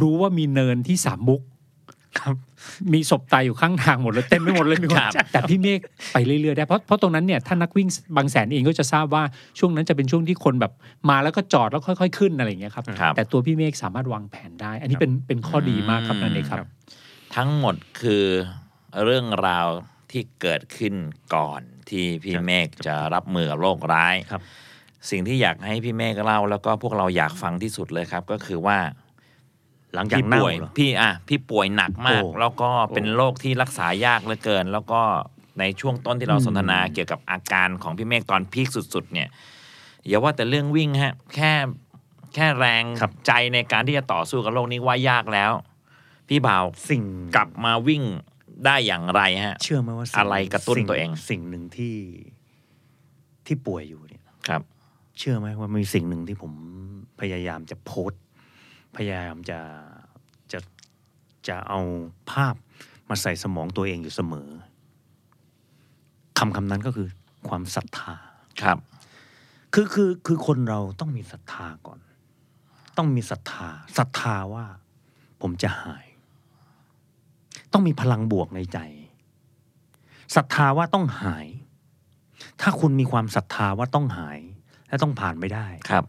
Speaker 4: รู้ว่ามีเนินที่สามมุก
Speaker 5: ครับ
Speaker 4: มีศพตายอยู่ข้างทางหมดเลยเต็มไปหมดเลยมีคน
Speaker 3: ครับ
Speaker 4: แต่พี่เมฆไปเรื่อยๆได้เพราะเพราะตรงนั้นเนี่ยถ้านักวิ่งบางแสนเองก็จะทราบว่าช่วงนั้นจะเป็นช่วงที่คนแบบมาแล้วก็จอดแล้วค่อย ๆ ขึ้นอะไรอย่างเงี้ยครับ
Speaker 3: ครับ
Speaker 4: แต่ตัวพี่เมฆสามารถวางแผนได้ อันนี้เป็นเป็นข้อดีมากครับ
Speaker 3: อืม
Speaker 4: นั่นเองครับ
Speaker 3: ทั้งหมดคือเรื่องราวที่เกิดขึ้นก่อนที่พี่เมฆจะรับมือกับโรคร้าย
Speaker 5: ครับ
Speaker 3: สิ่งที่อยากให้พี่เมฆเล่าแล้วก็พวกเราอยากฟังที่สุดเลยครับ ก็คือว่า
Speaker 5: หลังจาก
Speaker 3: พี่
Speaker 5: นั่ง
Speaker 3: ป่วย
Speaker 5: เหรอ
Speaker 3: พี่อ่ะพี่ป่วยหนักมาก
Speaker 5: โอ้
Speaker 3: แล้วก็เป็นโรคที่รักษายากเหลือเกิน แล้วก็ในช่วงต้นที่เรา
Speaker 4: อืม
Speaker 3: สนทนาเกี่ยวกับอาการของพี่เมฆตอนพีคสุดๆ เนี่ยอย่าว่าแต่เรื่องวิ่งฮะแค่แค่แรง
Speaker 5: ครับ
Speaker 3: ใจในการที่จะต่อสู้กับโรคนี้ว่ายากแล้ว พี่บ่าว
Speaker 5: สิ่ง
Speaker 3: กลับมาวิ่งได้อย่างไรฮะ
Speaker 5: เชื่อไหมว่าสิ่
Speaker 3: อะไรกระตุ้นตัวเอง
Speaker 5: สิ่งหนึ่งที่ที่ป่วยอยู่เนี่ย
Speaker 3: ครับ
Speaker 5: เชื่อไหมว่ามีสิ่งหนึ่งที่ผมพยายามจะโพสต์พยายามจะจะจะเอาภาพมาใส่สมองตัวเองอยู่เสมอคำคำนั้นก็คือความศรัทธา
Speaker 3: ครับ
Speaker 5: คือคือคือคนเราต้องมีศรัทธาก่อน ต้องมีศรัทธาศรัทธาว่า ผมจะหาย ต้องมีพลังบวกในใจศรัทธาว่าต้องหาย ถ้าคุณมีความศรัทธาว่าต้องหาย และต้องผ่านไปได้
Speaker 3: ครับ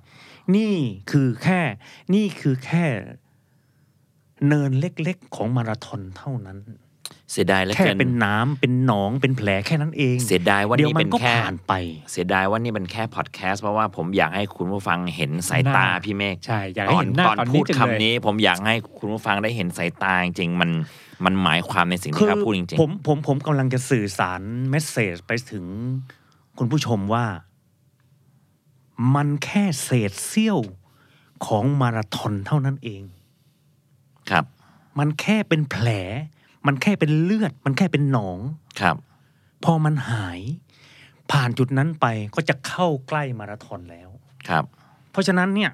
Speaker 5: นี่คือแค่ นี่คือแค่ เนินเล็กๆ ของมาราธอนเท่านั้น
Speaker 3: เสียดายเหลือ
Speaker 5: แค่
Speaker 3: เกิน
Speaker 5: เป็นน้ำเป็นหนองเป็นแผลแค่นั้นเอง
Speaker 3: เสียดายว่า
Speaker 5: เดี๋ยว
Speaker 3: นี่
Speaker 5: มั
Speaker 3: เป็น น
Speaker 5: ก็
Speaker 3: แค่
Speaker 5: ผ่านไป
Speaker 3: เสียดายว่านี่เป็นแค่พอดแคสต์เพราะว่าผมอยากให้คุณผู้ฟังเห็นสายตา
Speaker 4: หน้า
Speaker 3: พี่เมฆ
Speaker 4: ใช่อยากให้เห็นหน้า
Speaker 3: ตอน
Speaker 4: ตอน
Speaker 3: พู
Speaker 4: นี้
Speaker 3: ด
Speaker 4: จัง
Speaker 3: คำ
Speaker 4: เลย
Speaker 3: นี้ ผมอยากให้คุณผู้ฟังได้เห็นสายตาจริงๆมันมันหมายความในสิ่งที่เขาพูดจริง
Speaker 5: ผมผมผมกำลังจะสื่อสารเมสเซจไปถึงคุณผู้ชมว่า มันแค่เศษเสี้ยวของมาราธอนเท่านั้นเอง
Speaker 3: ๆ ครับ
Speaker 5: มันแค่เป็นแผล มันแค่เป็นเลือด มันแค่เป็นหนอง
Speaker 3: ครับ
Speaker 5: พอมันหาย ผ่านจุดนั้นไปก็จะเข้าใกล้มาราธอนแล้ว
Speaker 3: ครับ
Speaker 5: เพราะฉะนั้นเนี่ย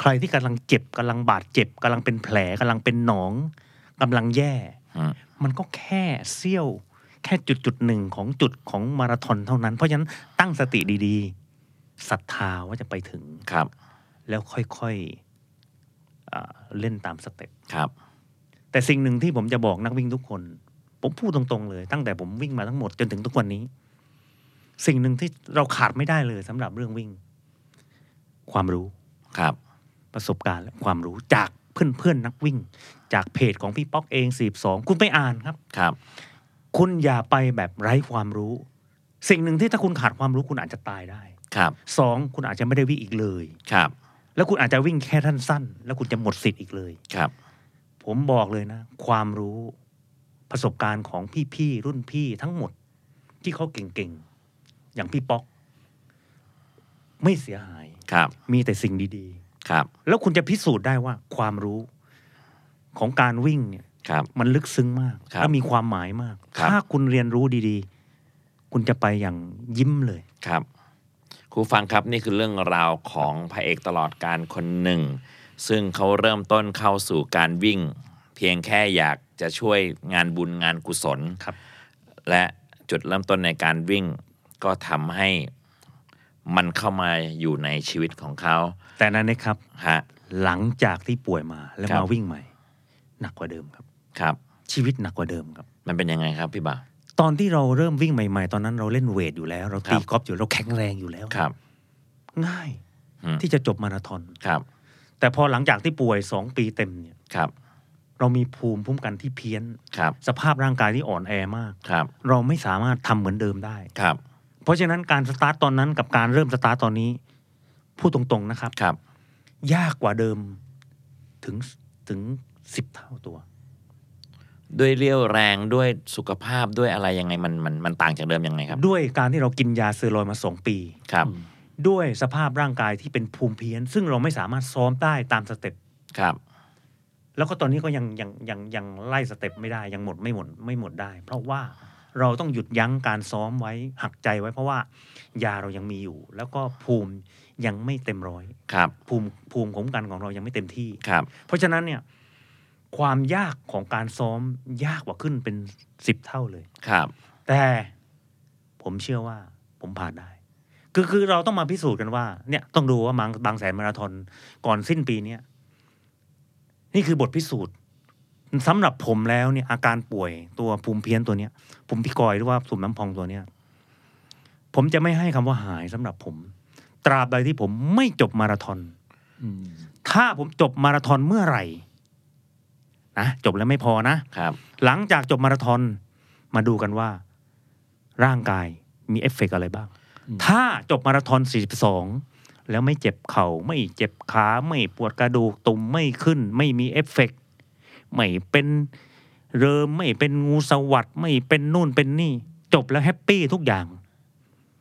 Speaker 5: ใครที่กำลังเจ็บกำลังบาดเจ็บกำลังเป็นแผลกำลังเป็นหนองกำลังแย่
Speaker 3: อืม
Speaker 5: มันก็แค่เสี้ยว แค่จุดจุดหนึ่งของจุดของมาราธอนเท่านั้น เพราะฉะนั้นตั้งสติดี ศรัทธาว่าจะไปถึง
Speaker 3: ครับ
Speaker 5: แล้วค่อยๆอ่าเล่นตามสเต็ป
Speaker 3: ครับ
Speaker 5: แต่สิ่งหนึ่งที่ผมจะบอกนักวิ่งทุกคน ผมพูดตรงๆเลย ตั้งแต่ผมวิ่งมาทั้งหมดจนถึงทุกวันนี้ สิ่งหนึ่งที่เราขาดไม่ได้เลยสำหรับเรื่องวิ่ง ความรู้
Speaker 3: ครับ
Speaker 5: ประสบการณ์และความรู้จากเพื่อนๆนักวิ่ง จากเพจของพี่ป๊อกเอง42คุณไปอ่านครับ
Speaker 3: ครับ
Speaker 5: คุณอย่าไปแบบไร้ความรู้ สิ่งหนึ่งที่ถ้าคุณขาดความรู้คุณอาจจะตายได้
Speaker 3: ครับ
Speaker 5: สองคุณอาจจะไม่ได้วิ่งอีกเลย
Speaker 3: ครับ
Speaker 5: แล้วคุณอาจจะวิ่งแค่ท่านสั้นๆแล้วคุณจะหมดสิทธิ์อีกเลย
Speaker 3: ครับ
Speaker 5: ผมบอกเลยนะ ความรู้ประสบการณ์ของพี่ๆรุ่นพี่ทั้งหมด ที่เขาเก่งๆ อย่างพี่ป๊อก ไม่เสียหาย
Speaker 3: ครับ
Speaker 5: มีแต่สิ่งดี
Speaker 3: ครับ
Speaker 5: ๆ แล้วคุณจะพิสูจน์ได้ว่าความรู้ของการวิ่งเนี่ย
Speaker 3: ครับ
Speaker 5: มันลึกซึ้งมาก
Speaker 3: ครับ
Speaker 5: และมีความหมายมาก
Speaker 3: ครับ
Speaker 5: ถ้าคุณเรียนรู้ดีๆ คุณจะไปอย่างยิ้มเลย
Speaker 3: ครับครูฟังครับนี่คือเรื่องราวของพระเอกตลอดการคนหนึ่ง ซึ่งเขาเริ่มต้นเข้าสู่การวิ่ง เพียงแค่อยากจะช่วยงานบุญงานกุศล
Speaker 5: ครับ
Speaker 3: และจุดเริ่มต้นในการวิ่งก็ทำให้มันเข้ามาอยู่ในชีวิตของเขา
Speaker 5: แต่นั้นนะครับ
Speaker 3: ฮะ
Speaker 5: หลังจากที่ป่วยมาแล้ว
Speaker 3: ครับ
Speaker 5: มาวิ่งใหม่ หนักกว่าเดิมครับ
Speaker 3: ครับ
Speaker 5: ชีวิตหนักกว่าเดิมครับ
Speaker 3: มันเป็นยังไงครับพี่บ่าว
Speaker 5: ตอนที่เราเริ่มวิ่งใหม่ ๆ ตอนนั้นเราเล่นเวทอยู่แล้ว เรา
Speaker 3: ครั
Speaker 5: ตี
Speaker 3: บ
Speaker 5: กอล์ฟอยู่เราแข็งแรงอยู่แล้ว
Speaker 3: ครับ
Speaker 5: ง่าย
Speaker 3: อืม
Speaker 5: ที่จะจบมาราธอน
Speaker 3: ครับ
Speaker 5: แต่พอหลังจากที่ป่วย 2 ปีเต็มเนี่ย
Speaker 3: ครับ
Speaker 5: เรามีภูมิคุ้มกันที่เพี้ยน
Speaker 3: ครับ
Speaker 5: สภาพร่างกายที่อ่อนแอมาก
Speaker 3: ครับ
Speaker 5: เราไม่สามารถทำเหมือนเดิมได้
Speaker 3: ครับ
Speaker 5: เพราะฉะนั้นการสตาร์ตตอนนั้นกับการเริ่มสตาร์ตตอนนี้พูดตรงๆนะครับ
Speaker 3: ครับ
Speaker 5: ยากกว่าเดิมถึงถึงสิบเท่าตัว
Speaker 3: ด้วยเรี่ยวแรงด้วยสุขภาพด้วยอะไรยังไงมันมันมันต่างจากเดิมยังไงครับ
Speaker 5: ด้วยการที่เรากินยาเซอรอยด์มาสองปี
Speaker 3: ครับ
Speaker 5: ด้วยสภาพร่างกายที่เป็นภูมิเพี้ยน ซึ่งเราไม่สามารถซ้อมได้ตามสเต็ป
Speaker 3: ครับ
Speaker 5: แล้วก็ตอนนี้ก็ยังยังยังยังไล่สเต็ปไม่ได้ยังหมดไม่หมดไม่หมดได้ เพราะว่าเราต้องหยุดยั้งการซ้อมไว้หักใจไว้เพราะว่ายาเรายังมีอยู่ แล้วก็ภูมิยังไม่เต็มร้อย
Speaker 3: ครับ
Speaker 5: ภูมิภูมิคุ้มกันของเรายังไม่เต็มที่
Speaker 3: ครับ
Speaker 5: เพราะฉะนั้นเนี่ยความยากของการซ้อมยากกว่าขึ้นเป็นสิบเท่าเลย
Speaker 3: ครับ
Speaker 5: แต่ผมเชื่อว่าผมผ่านได้ คือคือเราต้องมาพิสูจน์กันว่า เนี่ยต้องดูว่าบางบางแสนมาราธอนก่อนสิ้นปีเนี้ยนี่คือบทพิสูจน์สำหรับผมแล้วเนี่ย อาการป่วยตัวภูมิเพี้ยนตัวเนี้ยภูมิพิกอยหรือว่าสุ่มน้ำพองตัวเนี้ยผมจะไม่ให้คำว่าหายสำหรับผม ตราบใดที่ผมไม่จบมาราธอน
Speaker 4: อืม
Speaker 5: ถ้าผมจบมาราธอนเมื่อไหร่นะจบแล้วไม่พอนะ
Speaker 3: ครับ
Speaker 5: หลังจากจบมาราธอนมาดูกันว่า ร่างกายมีเอฟเฟกต์อะไรบ้าง ถ้าจบมาราธอน 42 แล้วไม่เจ็บเขา่าไม่เจ็บขาไม่ปวดกระดูกตุ่มไม่ขึ้น ไม่มีเอฟเฟกต์ไม่เป็นเริมไม่เป็นงูสวัสดไม่เป็นนู่นเป็นนี่ จบแล้วแฮปปี้ทุกอย่าง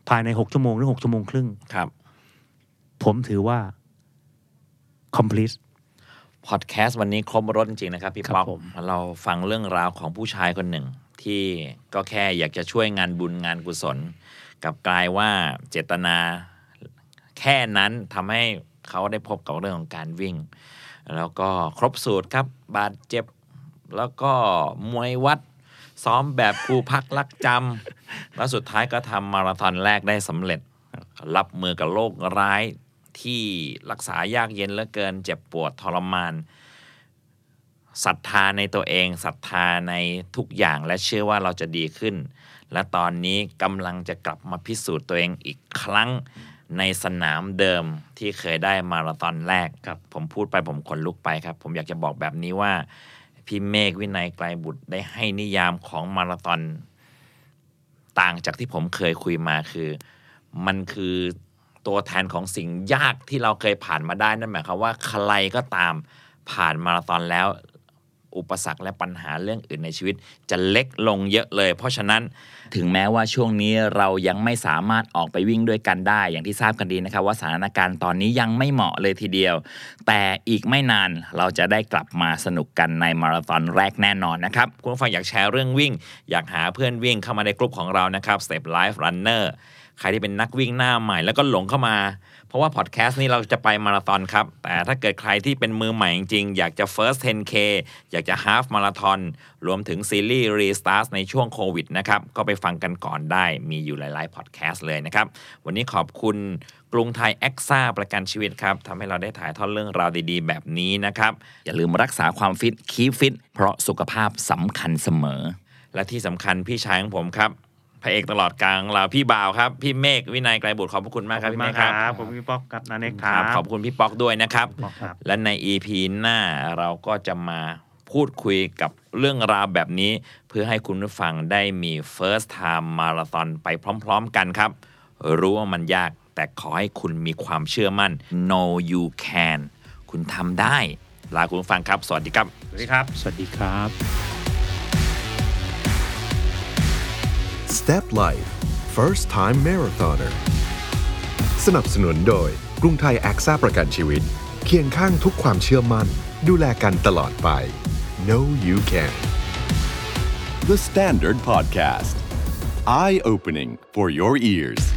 Speaker 5: ภายใน 6 ชั่วโมงหรือ 6 ชั่วโมงครึ่ง
Speaker 3: ครับ
Speaker 5: ผมถือว่า complete
Speaker 3: พอดแคสต์วันนี้ครบรถจริงๆนะครับพี่ป๊อกเราฟังเรื่องราวของผู้ชายคนหนึ่ง ที่ก็แค่อยากจะช่วยงานบุญงานกุศลกลับกลายว่าเจตนาแค่นั้นทำให้เขาได้พบกับเรื่องของการวิ่ง แล้วก็ครบสูตรครับ บาดเจ็บ แล้วก็มวยวัด ซ้อมแบบครูพักรักจำแล้วสุดท้ายก็ทำมาราธอนแรกได้สำเร็จ รับมือกับโรคร้ายที่รักษายากเย็นเหลือเกิน เจ็บปวดทรมานศรัทธาในตัวเองศรัทธาในทุกอย่างและเชื่อว่าเราจะดีขึ้น และตอนนี้กำลังจะกลับมาพิสูจน์ตัวเองอีกครั้งในสนามเดิมที่เคยได้มาราธอนแรก
Speaker 5: ครับ
Speaker 3: ผมพูดไปผมขนลุกไปครับ ผมอยากจะบอกแบบนี้ว่า พี่เมฆวินัยไกลบุตรได้ให้นิยามของมาราธอน ต่างจากที่ผมเคยคุยมาคือ มันคือตัวแทนของสิ่งยากที่เราเคยผ่านมาได้นั่นหมายความว่าใครก็ตามผ่านมาราธอนแล้ว อุปสรรคและปัญหาเรื่องอื่นในชีวิต จะเล็กลงเยอะเลย เพราะฉะนั้นถึงแม้ว่าช่วงนี้เรายังไม่สามารถออกไปวิ่งด้วยกันได้ อย่างที่ทราบกันดีนะครับ ว่าสถานการณ์ตอนนี้ยังไม่เหมาะเลยทีเดียว แต่อีกไม่นานเราจะได้กลับมาสนุกกันในมาราธอนแรกแน่นอนนะครับคุณผู้ฟังอยากแชร์เรื่องวิ่ง อยากหาเพื่อนวิ่งเข้ามาในกลุ่มของเรานะครับ Step Life Runner ใครที่เป็นนักวิ่งหน้าใหม่แล้วก็หลงเข้ามา เพราะว่าพอดแคสต์นี้เราจะไปมาราธอนครับ แต่ถ้าเกิดใครที่เป็นมือใหม่จริงๆ อยากจะ first 10k อยากจะ half มาราธอนรวมถึงซีรีส์ restart ในช่วงโควิดนะครับ ก็ไปฟังกันก่อนได้มีอยู่หลายๆ พอดแคสต์เลยนะครับ วันนี้ขอบคุณกรุงไทยแอคซ่าประกันชีวิตครับทำให้เราได้ถ่ายทอดเรื่องราวดีๆ แบบนี้นะครับ อย่าลืมรักษาความฟิต keep fit เพราะสุขภาพสำคัญเสมอ และที่สำคัญพี่ชายของผมครับพระเอกตลอดกลางเราพี่บ่าวครับพี่เมฆวินัยไกรบุตรขอบพระคุณมากครับพี่เมฆครับ
Speaker 5: ผมพี่ป๊อกครับนาเนกค
Speaker 3: ค
Speaker 5: รั
Speaker 3: รั
Speaker 5: บบ
Speaker 3: ขอบคุณพี่ป๊อกด้วยนะครับ
Speaker 5: ป๊อกครับ
Speaker 3: และใน EP หน้าเราก็จะมาพูดคุยกับเรื่องราวแบบนี้ เพื่อให้คุณผู้ฟังได้มี First Time Marathon ไปพร้อมๆกันครับ รู้ว่ามันยากแต่ขอให้คุณมีความเชื่อมั่น Know you can คุณทำได้ ลาคุณผู้ฟังครับ สวัสดีครับ
Speaker 5: สวัสดีครับ
Speaker 4: สวัสดีครับ
Speaker 2: Step Life First Time Marathoner สนับสนุนโดยกรุงไทยแอคซ่าประกันชีวิต เคียงข้างทุกความเชื่อมั่น ดูแลกันตลอดไป No you can
Speaker 1: The Standard Podcast. Eye opening for your ears.